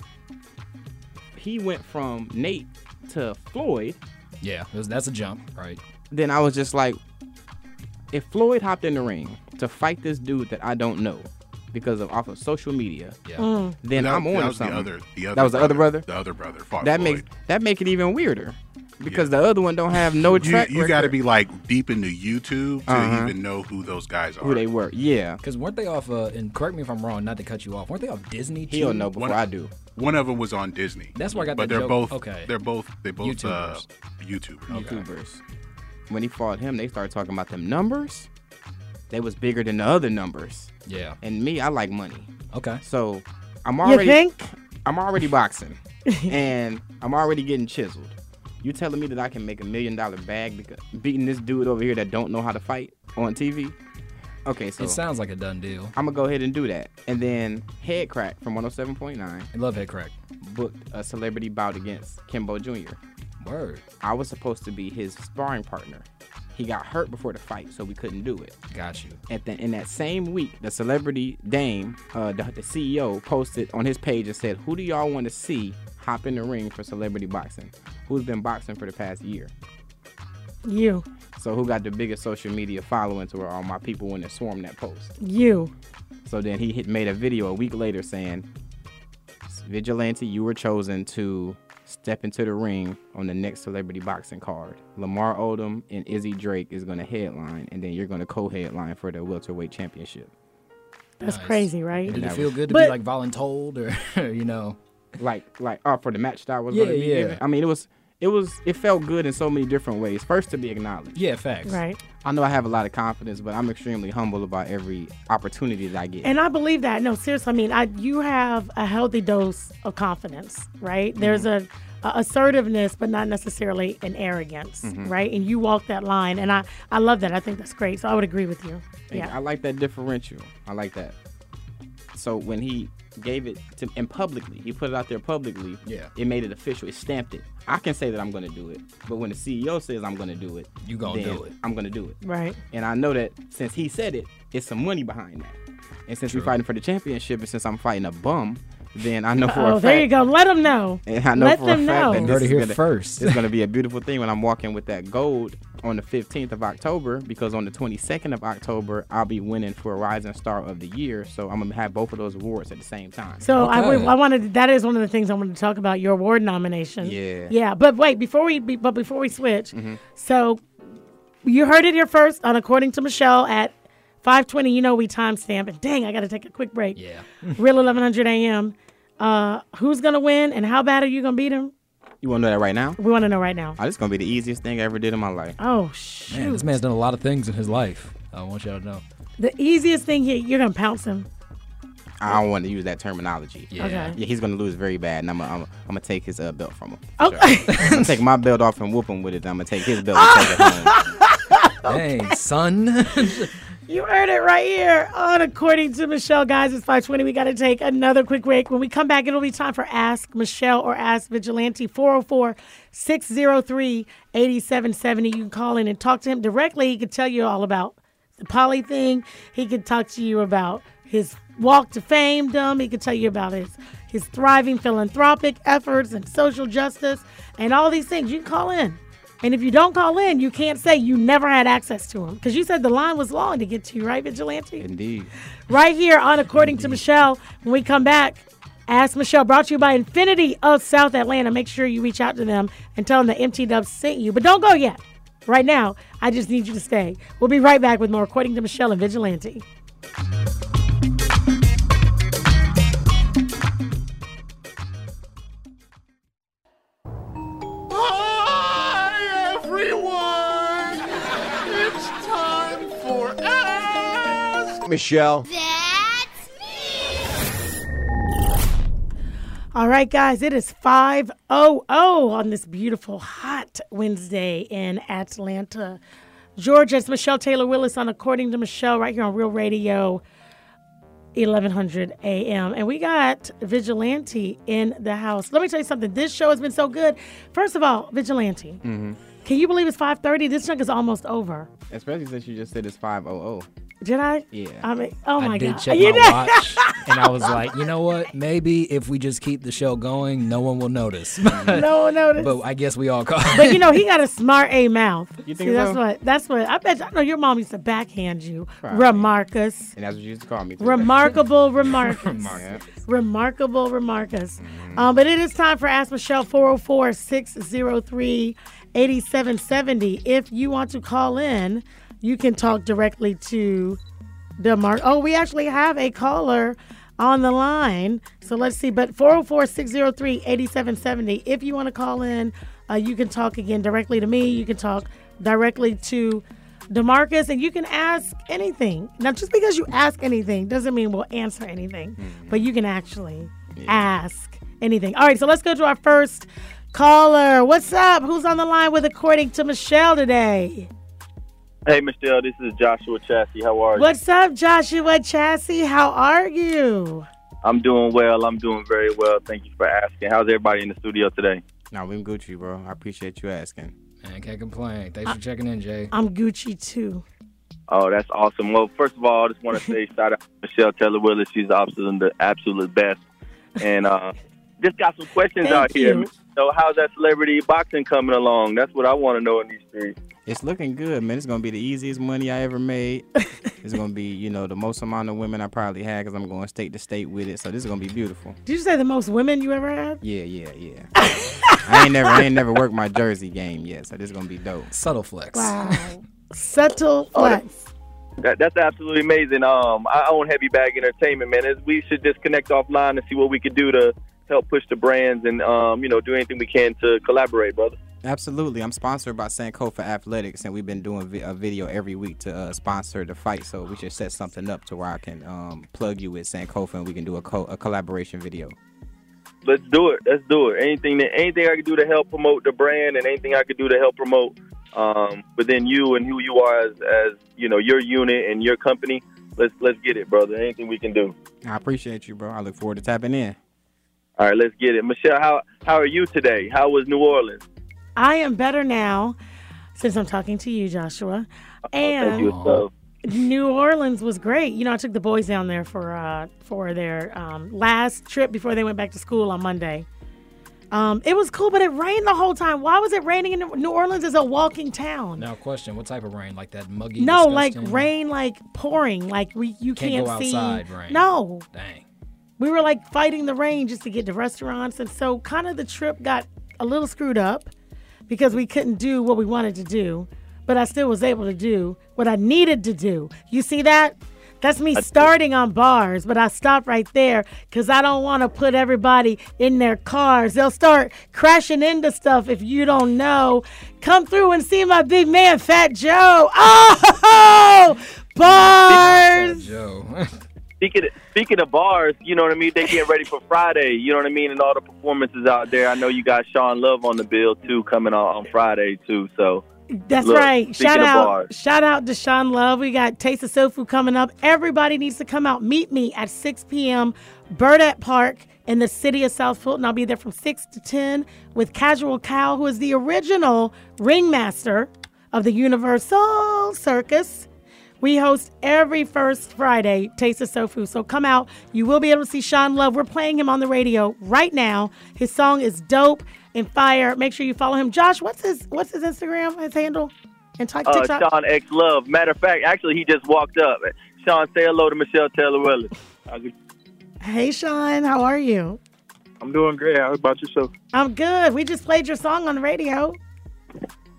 S7: he went from Nate to Floyd,
S6: Yeah, it was, that's a jump, right?
S7: then I was just like, if Floyd hopped in the ring to fight this dude that I don't know because of off of social media,
S6: Yeah.
S5: Mm.
S7: then
S4: That-
S7: I'm on
S4: that
S7: or
S4: was the
S7: something.
S4: other- the
S7: that was the other brother.
S4: The other brother. Fought
S7: that
S4: Floyd.
S7: makes that make it even weirder because the other one don't have no
S4: you,
S7: track.
S4: you got to
S7: record Uh-huh.
S4: be like deep into YouTube to even know who those guys are.
S7: who they were. Yeah,
S6: Because weren't they off? Uh, and correct me if I'm wrong. Not to cut you off. Weren't they off Disney? too?
S7: he don't know before
S4: One-
S7: I do.
S4: One of them was on Disney.
S6: That's where I got
S4: But
S6: that
S4: they're
S6: joke.
S4: both
S6: Okay.
S4: They're both they both
S6: YouTubers.
S4: Uh, YouTubers.
S7: YouTubers. When he fought him, they started talking about them numbers. They was bigger than the other numbers.
S6: Yeah.
S7: And me, I like money,
S6: Okay.
S7: so I'm already.
S5: you think?
S7: I'm already boxing, and I'm already getting chiseled. You telling me that I can make a million dollar bag because beating this dude over here that don't know how to fight on TV? Okay, so
S6: It sounds like a done deal.
S7: I'm gonna go ahead and do that. And then Head Crack from 107.9
S6: I love head crack.
S7: booked a celebrity bout against Kimbo Jr.
S6: Word.
S7: I was supposed to be his sparring partner. He got hurt before the fight, so we couldn't do it.
S6: Got you.
S7: At the, in that same week, the celebrity dame, uh, the, the CEO, posted on his page and said, "Who do y'all want to see hop in the ring for celebrity boxing? Who's been boxing for the past year?
S5: You.
S7: So who got the biggest social media following to where all my people want to swarm that post?"
S5: You.
S7: So then he hit, made a video a week later saying, Vigilante, you were chosen to step into the ring on the next celebrity boxing card. Lamar Odom and Izzy Drake is going to headline, and then you're going to co headline for the welterweight championship.
S5: That's
S6: Nice.
S5: crazy, right?
S6: Did it
S7: that
S6: feel good to be
S5: But-
S6: like voluntold or you know?
S7: Like, like, oh, for the match that I was
S6: Yeah,
S7: going to be
S6: yeah.
S7: given? I mean, it was. It was it felt good in so many different ways. First to be acknowledged.
S6: Yeah, facts.
S5: Right.
S7: I know I have a lot of confidence, but I'm extremely humble about every opportunity that I get.
S5: And I believe that. No, seriously. I mean, I you have a healthy dose of confidence, right? There's
S7: Mm-hmm.
S5: a, a assertiveness, but not necessarily an arrogance,
S7: Mm-hmm.
S5: right? And you walk that line, and I I love that. I think that's great. So I would agree with you.
S7: Thank you.
S5: Yeah.
S7: I like that differential. I like that. So when he gave it to and publicly, he put it out there publicly.
S6: Yeah.
S7: It made it official. It stamped it. I can say that I'm gonna do it. But when the CEO says I'm gonna do it,
S6: You gonna
S7: then
S6: do it.
S7: I'm gonna do it.
S5: Right.
S7: And I know that since he said it, it's some money behind that. And since we're fighting for the championship and since I'm fighting a bum, then I know for a
S5: Oh,
S7: fact
S5: there you go. Let them know.
S7: and I know
S5: Let
S7: for
S5: them
S7: a fact
S5: know.
S7: that
S5: You
S7: this
S6: heard it
S7: is
S6: here
S7: gonna,
S6: first.
S7: It's gonna be a beautiful thing when I'm walking with that gold on the 15th of October because on the 22nd of October I'll be winning for a Rising Star of the Year. So I'm gonna have both of those awards at the same time.
S5: So I,
S6: Okay.
S5: would- I wanted that is one of the things I wanted to talk about your award nomination.
S7: Yeah.
S5: Yeah, but wait before we be- but before we switch,
S6: Mm-hmm.
S5: so you heard it here first on according to Michelle at five twenty. You know we timestamp it. Dang, I got to take a quick break.
S6: Yeah.
S5: Real eleven hundred a.m. Uh, who's gonna win and how bad are you gonna beat him?
S7: you wanna know that right now?
S5: We want to know right now.
S7: Oh, this is gonna be the easiest thing I ever did in my life.
S5: Oh shoot!
S6: Man, this man's done a lot of things in his life. I want y'all to know.
S5: The easiest thing here, you're gonna pounce him.
S7: I don't want to use that terminology.
S6: Yeah.
S5: Okay.
S7: Yeah, he's gonna lose very bad, and I'm gonna, I'm gonna, I'm gonna take his uh, belt from him.
S5: Oh,
S7: I'm gonna take my belt off and whoop him with it. I'm gonna take his belt and take it home.
S6: Dang,
S5: Oh
S6: son.
S5: You heard it right here on According to Michelle. Guys, it's 520. We got to take another quick break. When we come back, it'll be time for Ask Michelle or Ask Vigilante 404 603 8770. You can call in and talk to him directly. He could tell you all about the poly thing. He could talk to you about his walk to fame, dumb. He could tell you about his, his thriving philanthropic efforts and social justice and all these things. You can call in And if you don't call in, you can't say you never had access to them because you said the line was long to get to you, right, Vigilante?
S7: Indeed.
S5: right here on According to Michelle. When we come back, Ask Michelle brought to you by Infinity of South Atlanta. Make sure you reach out to them and tell them that MT Dub sent you. But don't go yet. Right now, I just need you to stay. We'll be right back with more According to Michelle and Vigilante.
S4: Hi, everyone! It's time for Ask!
S8: Michelle.
S9: That's me.
S5: All right, guys, it is 5.00 on this beautiful, hot Wednesday in Atlanta, Georgia. It's Michelle Taylor Willis on According to Michelle right here on Real Radio, 1100 a.m. And we got Vigilante in the house. Let me tell you something. This show has been so good. First of all, Vigilante,
S6: Mm-hmm.
S5: can you believe it's 5.30? This chunk is almost over.
S7: Especially since you just said it's 500.
S5: Did I?
S7: Yeah.
S5: I mean, oh, my
S6: I did
S5: God.
S6: check
S5: You
S6: my
S5: did?
S6: watch, and I was like, you know what? Maybe if we just keep the show going, no one will notice. but
S5: No one noticed.
S6: I guess we all caught.
S5: But you know, he got a smart A mouth.
S7: You think
S5: See, that's
S7: so?
S5: what that's what I bet I know your mom used to backhand you.
S7: Probably.
S5: Remarcus.
S7: And that's what you used to call me. today.
S5: Remarkable Remarcus.
S7: Yeah. Mm-hmm.
S5: Remarkable Remarcus. Um, but it is time for Ask Michelle 404 603 8770. If you want to call in, you can talk directly to the mark. Oh, we actually have a caller on the line. So let's see. But 404 603 8770. oh, If you want to call in, uh, you can talk again directly to me. You can talk directly to Demarcus and you can ask anything. Now, just because you ask anything doesn't mean we'll answer anything, but you can actually ask anything. All right, so let's go to our first caller. What's up? Who's on the line with According to Michelle today?
S10: Hey, Michelle, this is Joshua Chassie. How are you?
S5: What's up, Joshua Chassie? How are you?
S10: I'm doing well. I'm doing very well. Thank you for asking. How's everybody in the studio today?
S7: Nah, we Gucci, bro. I appreciate you asking.
S6: Man, can't complain. Thanks for
S5: Uh,
S6: checking in, Jay.
S5: I'm Gucci too.
S10: Oh, that's awesome. Well, first of all, I just want to say shout out to Michelle Taylor Willis. She's the absolute, the absolute best. And uh, just got some questions
S5: Thank
S10: out here.
S5: you.
S10: So, how's that celebrity boxing coming along? That's what I want to know in these streets.
S7: It's looking good, man. It's gonna be the easiest money I ever made. it's gonna be, you know, the most amount of women I probably had because I'm going state to state with it. So this is gonna be beautiful.
S5: Did you say the most women you ever had?
S7: Yeah, yeah, yeah. I ain't never, I ain't never worked my jersey game yet, so this is gonna be dope.
S6: Subtle flex.
S5: Wow. Subtle flex.
S10: That, that's absolutely amazing. Um, I own Heavy Bag Entertainment, man. It's- We should just connect offline and see what we could do to help push the brands and um, you know do anything we can to collaborate, brother.
S7: Absolutely, I'm sponsored by Sankofa Athletics, and we've been doing vi- a video every week to uh, sponsor the fight. So we should set something up to where I can um, plug you with Sankofa, and we can do a, co- a collaboration video.
S10: let's do it. Let's do it. Anything that anything I can do to help promote the brand and anything I could do to help promote um, within you and who you are as, as you know your unit and your company. Let's let's get it, brother. Anything we can do.
S7: I appreciate you, bro. I look forward to tapping in.
S10: All right, let's get it. Michelle, how how are you today? How was New Orleans?
S5: I am better now since I'm talking to you, Joshua.
S6: Oh,
S5: And
S10: Thank you. So,
S5: New Orleans was great. You know, I took the boys down there for uh, for their um, last trip before they went back to school on Monday. Um, it was cool, but it rained the whole time. Why was it raining in New- New Orleans? Is a walking town.
S6: Now, question: What type of rain? Like that muggy?
S5: No, like
S6: disgusting-
S5: rain, like pouring, like we you
S6: Can't
S5: can't,
S6: go
S5: see.
S6: outside rain.
S5: No,
S6: Dang.
S5: we were like fighting the rain just to get to restaurants, and so kind of the trip got a little screwed up because we couldn't do what we wanted to do, but I still was able to do what I needed to do. You see that? That's me starting on bars, but I stopped right there because I don't want to put everybody in their cars. They'll start crashing into stuff if you don't know. Come through and see my big man, Fat Joe. Oh, bars.
S6: Joe.
S10: speaking of, speaking of bars, you know what I mean. They getting ready for Friday. You know what I mean, and all the performances out there. I know you got Sean Love on the bill too, coming on on Friday too. So
S5: That's
S10: Look,
S5: right.
S10: speaking
S5: Shout
S10: of
S5: out,
S10: bars.
S5: shout out to Sean Love. We got Taste of Soul Food coming up. Everybody needs to come out. Meet me at 6 p.m. Burdett Park in the city of South Fulton. I'll be there from 6 to 10 with Casual Cal, who is the original ringmaster of the Universal Circus. We host every first Friday Taste of Soul Food. So come out. You will be able to see Sean Love. We're playing him on the radio right now. His song is dope and fire. Make sure you follow him. Josh, what's his what's his Instagram? His handle? And type
S10: Uh,
S5: TikTok.
S10: Sean X Love. Matter of fact, actually, he just walked up. Sean, say hello to Michelle Taylor Willis. I was-
S5: Hey Sean, how are you?
S8: I'm doing great. How about yourself?
S5: I'm good. We just played your song on the radio.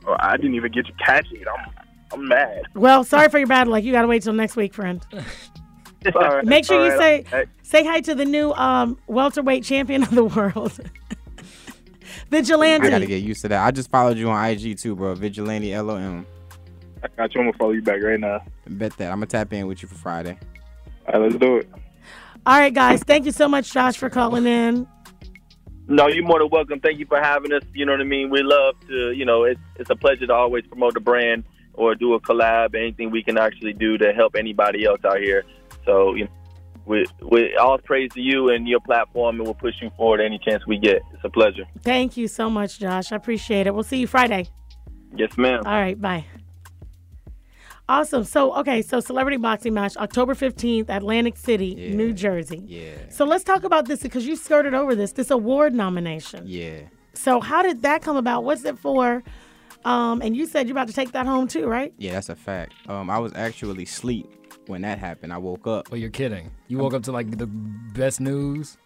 S8: Oh, I didn't even get to catch it. I'm, I'm mad.
S5: Well, sorry for your bad luck. You got to wait till next week, friend.
S8: It's all right.
S5: Make sure
S8: All
S5: you
S8: right.
S5: say say hi to the new um, welterweight champion of the world,
S7: I gotta
S5: Vigilante.
S7: get used to that. I just followed you on IG too, bro. Vigilante LOM.
S8: I got you. I'm gonna follow you back right now.
S7: Bet that. I'm gonna tap in with you for Friday.
S8: All right, let's do it.
S5: All right, guys. Thank you so much, Josh, for calling in.
S10: No, you're more than welcome. Thank you for having us. You know what I mean? We love to, you know, it's, it's a pleasure to always promote the brand or do a collab, anything we can actually do to help anybody else out here. So, you know, we, we all praise to you and your platform, and we'll push you forward any chance we get. It's a pleasure.
S5: Thank you so much, Josh. I appreciate it. We'll see you Friday.
S10: Yes, ma'am.
S5: All right, bye. Awesome. So, okay, so celebrity boxing match, October 15th, Atlantic City, New Jersey.
S7: Yeah.
S5: So, let's talk about this because you skirted over this, this award nomination.
S7: Yeah.
S5: So, how did that come about? What's it for? Um, and you said you're about to take that home too, right?
S7: Yeah, that's a fact. Um, I was actually asleep when that happened. I woke up.
S6: Well, you're kidding. You woke up to like the best news,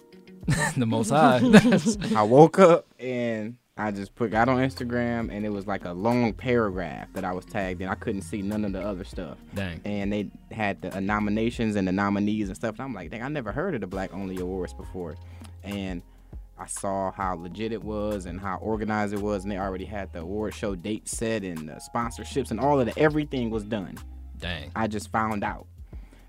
S6: the most high. That's-
S7: I woke up and I just put got on Instagram and it was like a long paragraph that I was tagged in. I couldn't see none of the other stuff.
S6: Dang.
S7: And they had the uh, nominations and the nominees and stuff. And I'm like, dang, I never heard of the Black Only Awards before. And I saw how legit it was and how organized it was. And they already had the award show date set and the sponsorships and all of the everything was done.
S6: Dang.
S7: I just found out.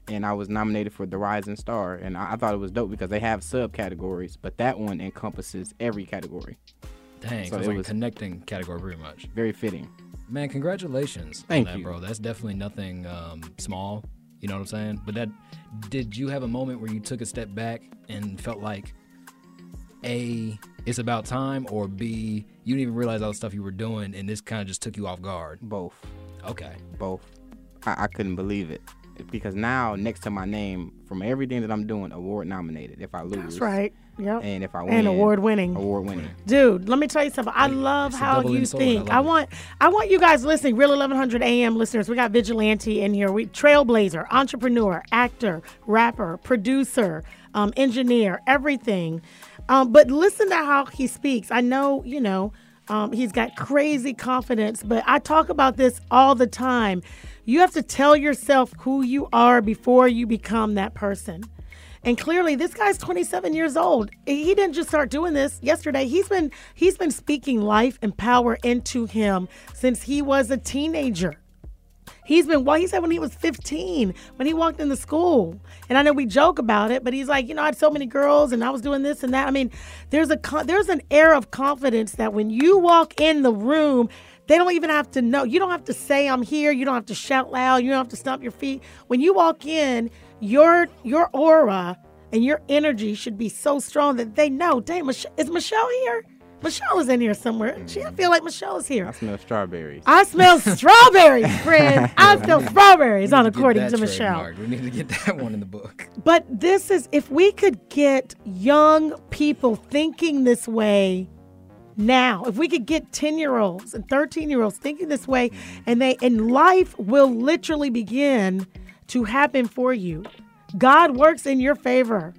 S7: And I was nominated for the Rising Star, and I, I thought it was dope because they have subcategories, but that one encompasses every category.
S6: Dang. So,
S7: So
S6: it's
S7: it
S6: like
S7: was-
S6: a connecting category pretty much.
S7: Very fitting.
S6: Man, congratulations. on
S7: Thank
S6: that,
S7: you.
S6: bro. That's definitely nothing um, small. You know what I'm saying? But that did you have a moment where you took a step back and felt like A, it's about time, or B, you didn't even realize all the stuff you were doing and this kind of just took you off guard.
S7: Both,
S6: Okay.
S7: both. I, I couldn't believe it because now next to my name, from everything that I'm doing, award nominated. If I lose,
S5: That's right. Yep.
S7: And if I win,
S5: And award winning.
S7: award winning.
S5: Dude, let me tell you something. I love
S6: a
S5: how
S6: double-edged
S5: you
S6: sword. I
S5: think.
S6: love
S5: I
S6: it.
S5: want I want you guys listening, real 1100 AM listeners. We got vigilante in here. We trailblazer, entrepreneur, actor, rapper, producer, um, engineer, everything. Um, but listen to how he speaks. I know you know um, he's got crazy confidence, but I talk about this all the time. You have to tell yourself who you are before you become that person. And clearly, this guy's 27 years old. He didn't just start doing this yesterday. He's been he's been speaking life and power into him since he was a teenager. He's been well, he said when he was 15, when he walked into school. And I know we joke about it, but he's like, you know, I had so many girls and I was doing this and that. I mean, there's a con- there's an air of confidence that when you walk in the room, they don't even have to know. You don't have to say I'm here. You don't have to shout loud. You don't have to stomp your feet. When you walk in, your your aura and your energy should be so strong that they know, dang, Mich- is Michelle here? Michelle is in here somewhere. She, I feel like Michelle is here.
S7: I smell strawberries.
S5: I smell strawberries, friend. I smell strawberries on
S6: Get
S5: according
S6: that
S5: to Michelle.
S6: trademarked. We need to get that one in the book.
S5: But this is if we could get young people thinking this way now, if we could get 10-year-olds and 13-year-olds thinking this way and they and life will literally begin to happen for you. God works in your favor.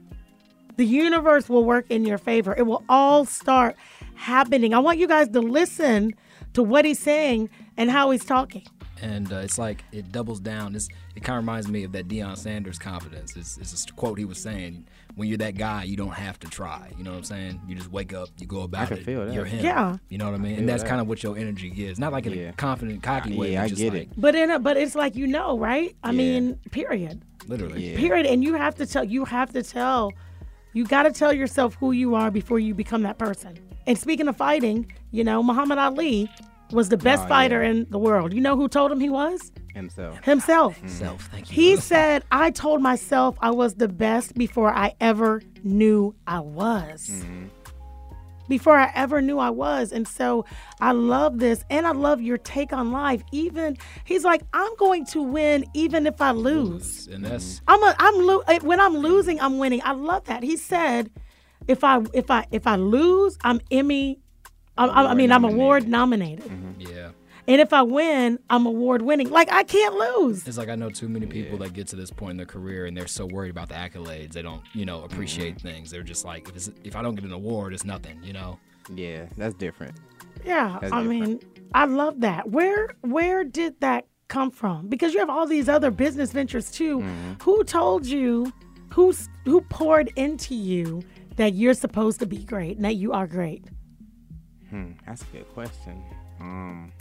S5: The universe will work in your favor. It will all start happening. I want you guys to listen to what he's saying and how he's talking.
S6: and uh, it's like it doubles down. It's, it kind of reminds me of that Deion Sanders confidence. It's, it's a quote he was saying: "When you're that guy, you don't have to try. You know what I'm saying? You just wake up, you go about
S7: can
S6: it.
S7: feel that.
S6: You're him.
S5: Yeah.
S6: You know what I mean? and that's kind of what your energy is. Not like in
S7: Yeah.
S6: a confident, cocky way.
S7: Yeah,
S6: but
S7: I
S6: just
S7: get
S6: like,
S7: it.
S5: But in a, but it's like you know, right? I
S7: Yeah.
S5: mean, period.
S6: Literally.
S7: Yeah.
S5: Period. And you have to tell you have to tell you got to tell yourself who you are before you become that person. And speaking of fighting, you know, Muhammad Ali was the best
S7: Oh,
S5: fighter
S7: yeah.
S5: in the world. You know who told him he was?
S7: Himself.
S5: Himself.
S6: Self, thank you.
S5: He said, I told myself Mm-hmm. I was the best before I ever knew I was. before I ever knew I was. And so I love this. And I love your take on life. Even he's like, I'm going to win even if I lose.
S6: And that's
S5: I'm a, I'm lo- eh, when I'm losing, I'm winning. I love that. He said, if I if I if I lose, I'm Emmy. I, I, I mean, I'm award nominated, Mm-hmm.
S7: Mm-hmm.
S6: yeah.
S5: and if I win, I'm award winning. Like I can't lose.
S6: It's like I know too many people that get to this point in their career and they're so worried about the accolades they don't, you know, appreciate
S7: Mm-hmm.
S6: things. They're just like, if, it's, if I don't get an award, it's nothing, you know.
S7: Yeah, that's different.
S5: Yeah,
S7: That's
S5: I
S7: different.
S5: mean, I love that. Where where did that come from? Because you have all these other business ventures too.
S7: Mm-hmm.
S5: Who told you? Who's who poured into you that you're supposed to be great and that you are great?
S7: Hmm, that's a good question. Um,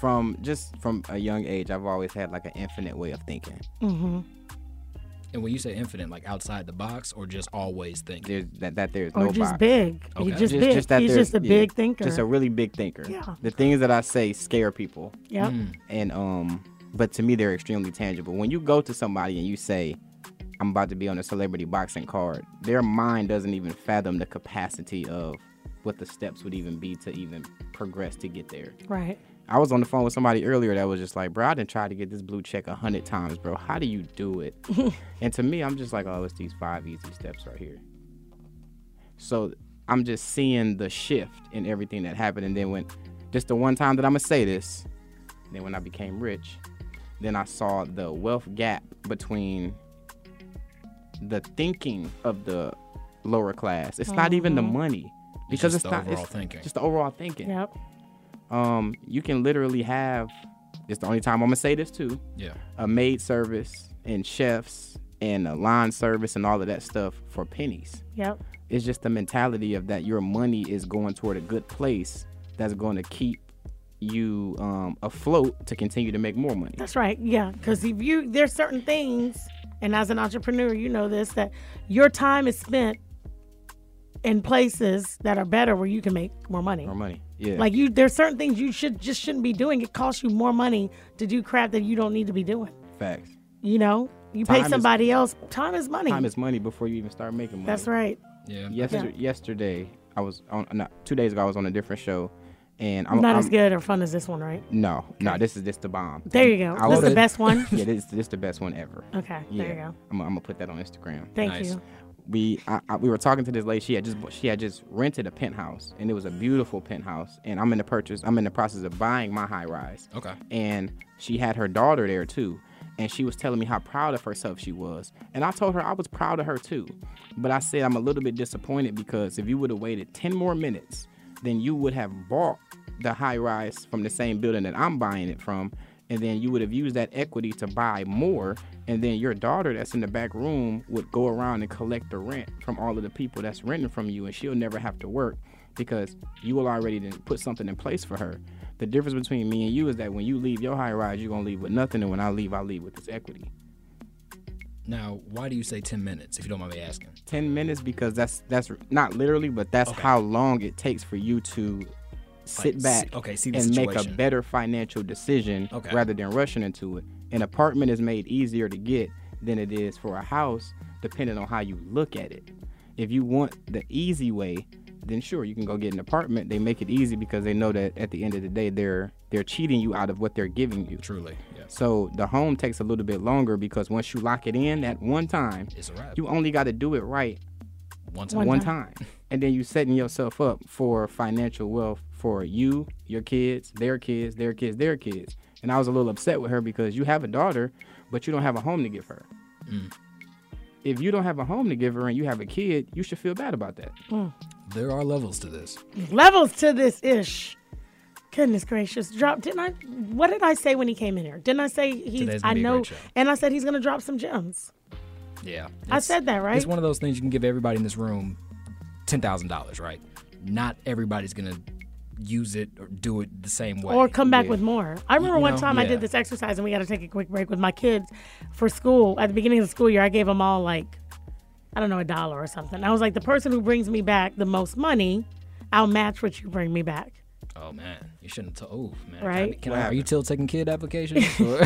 S7: from just from a young age, I've always had like an infinite way of thinking.
S6: And when you say infinite, like outside the box or just always thinking.
S7: There's that, that there's
S5: Or
S7: no
S5: Oh, just
S7: box.
S5: big?
S6: Okay.
S5: He's just,
S7: Just,
S5: big.
S7: just that
S5: He's
S7: there's-
S5: just a
S7: yeah,
S5: big thinker.
S7: Just a really big thinker.
S5: Yeah.
S7: The things that I say scare people,
S5: yep.
S7: and um, but to me they're extremely tangible. When you go to somebody and you say, "I'm about to be on a celebrity boxing card," their mind doesn't even fathom the capacity of what the steps would even be to even progress to get there.
S5: Right.
S7: I was on the phone with somebody earlier that was just like, bro, I done tried to get this blue check a hundred times, bro. How do you do it? and to me, I'm just like, oh, it's these five easy steps right here. So I'm just seeing the shift in everything that happened. And then when just the one time that I'm gonna say this, then when I became rich, then I saw the wealth gap between the thinking of the lower class. It's not even the money. Because
S6: just
S7: it's,
S6: the
S7: not
S6: overall
S7: it's
S6: thinking.
S7: Just the overall thinking
S5: Yep.
S7: um, you can literally have it's the only time I'm gonna say this too
S6: Yeah.
S7: a maid service and chefs and a line service and all of that stuff for pennies.
S5: Yep.
S7: It's just the mentality of that your money is going toward a good place that's going to keep you um, afloat to continue to make more money.
S5: That's right. Yeah, because if you there's certain things, and as an entrepreneur, you know this that your time is spent in places that are better where you can make more money.
S7: More money. Yeah.
S5: Like you, there's certain things you should just shouldn't be doing. It costs you more money to do crap that you don't need to be doing.
S7: facts.
S5: You know, you
S7: Time
S5: pay
S7: is-
S5: somebody else. Time is money.
S7: Time is money before you even start making money.
S5: That's right.
S6: Yeah.
S7: Yester- Yesterday, I was on, no, two days ago, I was on a different show. And I'm
S5: Not
S7: I'm,
S5: as good or fun as this one, right?
S7: No, no, this is just the bomb.
S5: There you go.
S7: I
S5: That's the
S7: ordered-
S5: best one.
S7: yeah, this, this the best one ever.
S5: Okay,
S7: Yeah,
S5: there you go.
S7: I'm, I'm gonna put that on Instagram.
S5: Thank
S6: Nice.
S5: you.
S7: We I, I, we were talking to this lady. She had just she had just rented a penthouse, and it was a beautiful penthouse. And I'm in the purchase. I'm in the process of buying my high rise.
S6: Okay.
S7: And she had her daughter there too, and she was telling me how proud of herself she was. And I told her I was proud of her too, but I said I'm a little bit disappointed because if you would have waited ten more minutes, then you would have bought the high rise from the same building that I'm buying it from. And then you would have used that equity to buy more. And then your daughter that's in the back room would go around and collect the rent from all of the people that's renting from you. And she'll never have to work because you will already then put something in place for her. The difference between me and you is that when you leave your high rise, you're going to leave with nothing. And when I leave, I leave with this equity.
S6: Now, why do you say 10 minutes if you don't mind me asking?
S7: 10 minutes because that's that's not literally but that's how long it takes for you to sit
S6: Like,
S7: back
S6: see- okay, see the
S7: and make a
S6: situation.
S7: better financial decision
S6: Okay.
S7: rather than rushing into it an apartment is made easier to get than it is for a house depending on how you look at it if you want the easy way then sure you can go get an apartment they make it easy because they know that at the end of the day they're they're cheating you out of what they're giving you
S6: Truly. Yes.
S7: so the home takes a little bit longer because once you lock it in at one time
S6: It's a wrap.
S7: you only got to do it right
S6: One
S7: one,
S6: time.
S7: time. And then you setting yourself up for financial wealth for you, your kids, their kids, their kids, their kids. And I was a little upset with her because you have a daughter, but you don't have a home to give her. If you don't have a home to give her and you have a kid, you should feel bad about that.
S6: There are levels to this.
S5: Levels to this ish. Goodness gracious! Drop didn't I? What did I say when he came in here? Didn't I say he's?
S6: Today's gonna
S5: I
S6: be a
S5: know,
S6: great show.
S5: and I said he's gonna drop some gems.
S6: Yeah.
S5: I
S6: It's-
S5: said that right.
S6: It's one of those things you can give everybody in this room $10,000, right? Not everybody's going to use it or do it the same way.
S5: or come back with more. I remember
S6: you
S5: one
S6: know,
S5: time I
S6: yeah.
S5: did this exercise and we got to take a quick break with my kids for school. At the beginning of the school year, I gave them all like, I don't know, a dollar or something. I was like, the person who brings me back the most money, I'll match what you bring me back.
S6: Oh man, you shouldn't. T- oh man, Can I-
S5: Right?
S6: Can
S7: What
S6: I, are you
S7: happened?
S6: still taking kid applications? Or-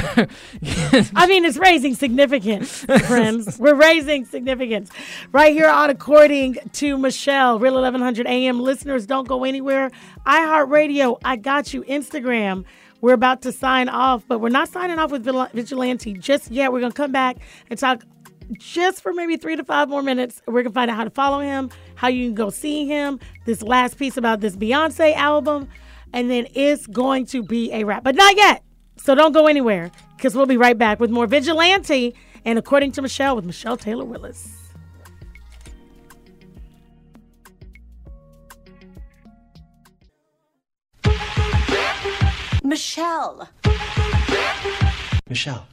S5: I mean, it's raising significance, friends. We're raising significance. Right here on According to Michelle, Real 1100 AM. Listeners, don't go anywhere. iHeartRadio, I got you. Instagram, we're about to sign off, but we're not signing off with Vigil- Vigilante just yet. We're going to come back and talk just for maybe three to five more minutes. We're going to find out how to follow him, how you can go see him, this last piece about this Beyonce album, and then it's going to be a wrap, but not yet. So don't go anywhere because we'll be right back with more Vigilante and According to Michelle with Michelle Taylor Willis.
S9: Michelle.
S11: Michelle.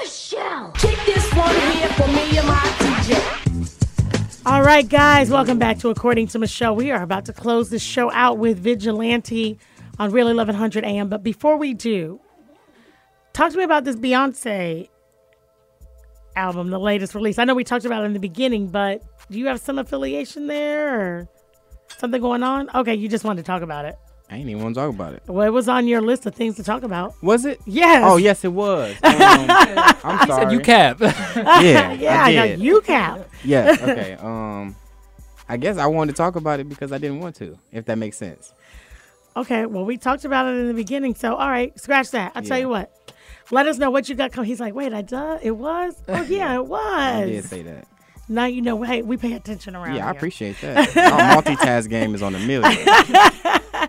S9: Michelle.
S1: Kick this one here for me and my DJ.
S5: All right, guys, welcome back to According to Michelle. We are about to close this show out with Vigilante on Real 1100 AM. But before we do, talk to me about this Beyonce album, the latest release. I know we talked about it in the beginning, but do you have some affiliation there or something going on? Okay, you just wanted to talk about it.
S7: I ain't even want to talk about it.
S5: Well, it was on your list of things to talk about.
S7: Was it?
S5: Yes.
S7: Oh yes, it was. Um, I'm sorry.
S6: you cap.
S7: Yeah,
S5: yeah,
S7: I
S5: I,
S7: did.
S5: know you cap.
S7: Yeah. Okay. Um, I guess I wanted to talk about it because I didn't want to, if that makes sense.
S5: Okay, well, we talked about it in the beginning, so all right, scratch that. I'll tell
S7: Yeah.
S5: you what. Let us know what you got coming. He's like, wait, I duh, it was? Oh, yeah, it
S7: I did
S5: was.
S7: say that.
S5: Now you know, hey, we pay attention around
S7: Yeah, I
S5: here.
S7: appreciate that. Our multitask game is on a million.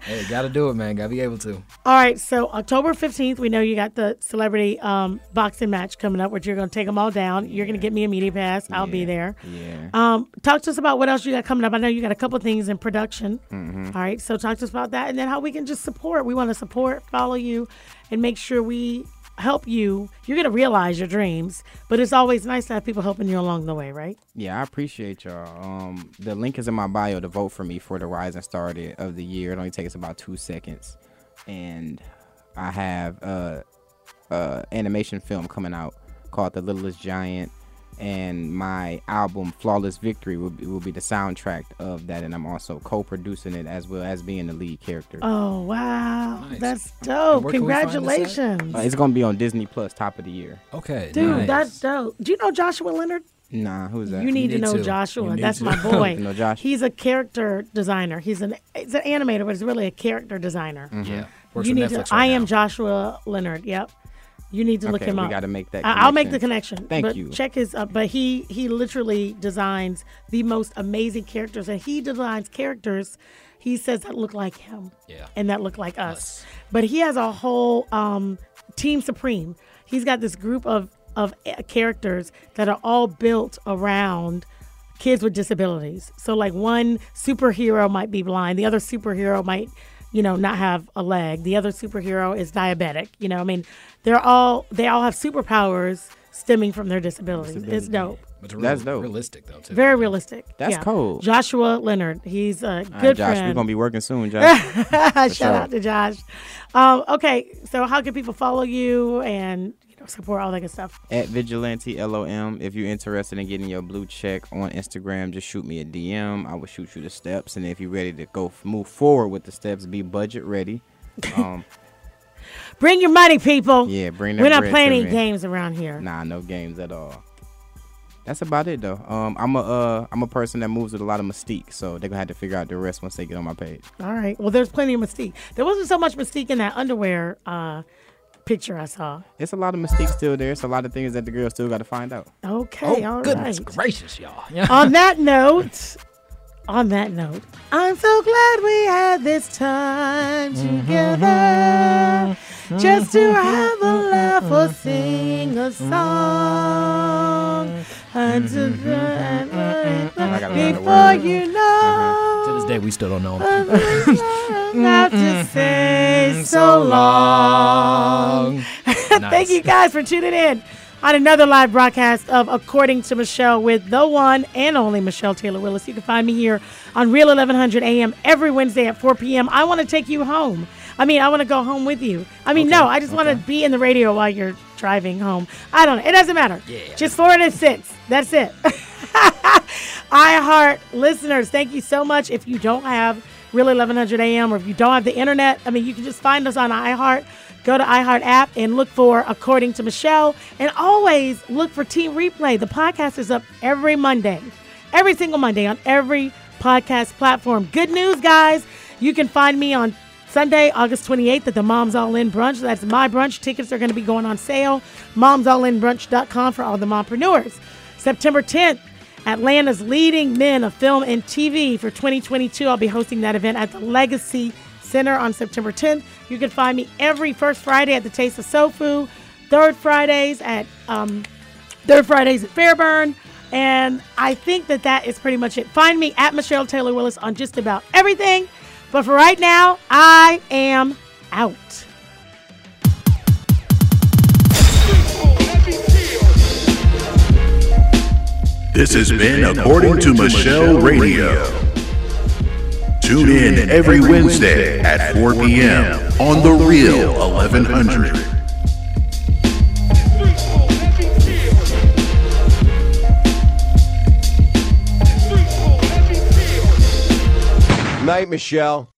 S6: hey, gotta do it, man. Gotta be able to.
S5: All right, so October 15th, we know you got the celebrity um, boxing match coming up, which you're going to take them all down. You're going to get me a media pass. I'll be there.
S7: Yeah.
S5: Um, talk to us about what else you got coming up. I know you got a couple things in production.
S6: Mm-hmm.
S5: All right, so talk to us about that, and then how we can just support. We want to support, follow you, and make sure we help you. You're gonna realize your dreams, but it's always nice to have people helping you along the way, right?
S7: Yeah, I appreciate y'all. Um, the link is in my bio to vote for me for the Rising Star of the- of the Year. It only takes about two seconds, and I have uh, uh, animation film coming out called The Littlest Giant, and my album Flawless Victory will be, will be the soundtrack of that, and I'm also co-producing it as well as being the lead character.
S5: Oh wow,
S6: Nice.
S5: that's
S6: And
S5: dope!
S6: where can we find this at?
S5: Congratulations,
S7: Uh, it's gonna be on Disney Plus Top of the Year.
S6: Okay,
S5: dude.
S6: nice.
S5: That's dope. Do you know Joshua Leonard?
S7: Nah, who's that?
S5: You need,
S6: need
S5: to know
S6: to. You
S5: Joshua.
S6: need
S5: That's
S6: to.
S5: my boy.
S7: No, Josh.
S5: He's a character designer. He's an it's an animator, but it's really a character designer.
S7: Mm-hmm.
S6: yeah. Works
S5: you
S6: for
S5: need
S6: Netflix
S5: to.
S6: right
S5: I am
S6: now.
S5: Joshua Leonard. Yep. You need to look
S7: Okay,
S5: him
S7: we
S5: up.
S7: gotta make that
S5: I- I'll make the
S7: connection.
S5: connection.
S7: Thank
S5: but
S7: you.
S5: Check his. Uh, but he he literally designs the most amazing characters, and he designs characters. He says that look like him.
S6: Yeah.
S5: And that look like us. But he has a whole um, team supreme. He's got this group of of uh, characters that are all built around kids with disabilities. So like one superhero might be blind, the other superhero might, you know, not have a leg. The other superhero is diabetic. You know, I mean, they're all they all have superpowers stemming from their disabilities. It's dope.
S6: But it's real-
S7: That's dope.
S6: Realistic though too.
S5: Very realistic.
S7: That's
S5: Yeah.
S7: cool.
S5: Joshua Leonard. He's a good
S7: All right, Josh,
S5: friend.
S7: we're gonna be working soon, Josh.
S5: Shout out to Josh. Um, okay, so how can people follow you and you know support all that good stuff?
S7: at vigilante lom if you're interested in getting your blue check on instagram just shoot me a dm i will shoot you the steps and if you're ready to go f- move forward with the steps be budget ready um
S5: Bring your money, people.
S7: yeah bring that
S5: We're not
S7: bread
S5: playing
S7: to
S5: any
S7: me.
S5: games around here.
S7: nah no games at all that's about it though um i'm a uh i'm a person that moves with a lot of mystique so they're gonna have to figure out the rest once they get on my page
S5: All right. Well, there's plenty of mystique. There wasn't so much mystique in that underwear uh, picture I saw.
S7: it's a lot of mystique still there it's a lot of things that the girls still got to find out
S5: Okay. all
S6: Oh
S5: right.
S6: goodness gracious, y'all. Yeah.
S5: on that note, on that note, I'm so glad we had this time together just to have a laugh or sing a song. And to-
S7: gotta learn the
S5: before
S7: words.
S5: you know.
S6: to this day, we still don't know. him.
S5: Not to say so long. Thank
S6: Nice.
S5: you guys for tuning in on another live broadcast of According to Michelle with the one and only Michelle Taylor Willis. You can find me here on Real 1100 AM every Wednesday at 4 p.m. I want to take you home. I mean, I want to go home with you. I mean, no, I just want to be in the radio while you're driving home. I don't know. It doesn't matter.
S6: Yeah.
S5: Just four to six. That's it. iHeart listeners, thank you so much. If you don't have Really 1100 AM. Or if you don't have the internet, I mean, you can just find us on iHeart. Go to iHeart app and look for According to Michelle. And always look for Team Replay. The podcast is up every Monday, every single Monday on every podcast platform. Good news, guys. You can find me on Sunday, August 28th at the Moms All In Brunch. That's my brunch. Tickets are going to be going on sale. MomsAllInBrunch.com for all the mompreneurs. September 10th, Atlanta's leading men of film and TV for 2022. I'll be hosting that event at the Legacy Center on September 10th. You can find me every first Friday at the Taste of Soul Food, third Fridays at um, Third Fridays at Fairburn. And I think that that is pretty much it. Find me at Michelle Taylor Willis on just about everything. But for right now, I am out.
S11: This has been According to Michelle Radio. Tune in every Wednesday at 4 p.m. on The Real 1100.
S12: Night, Michelle.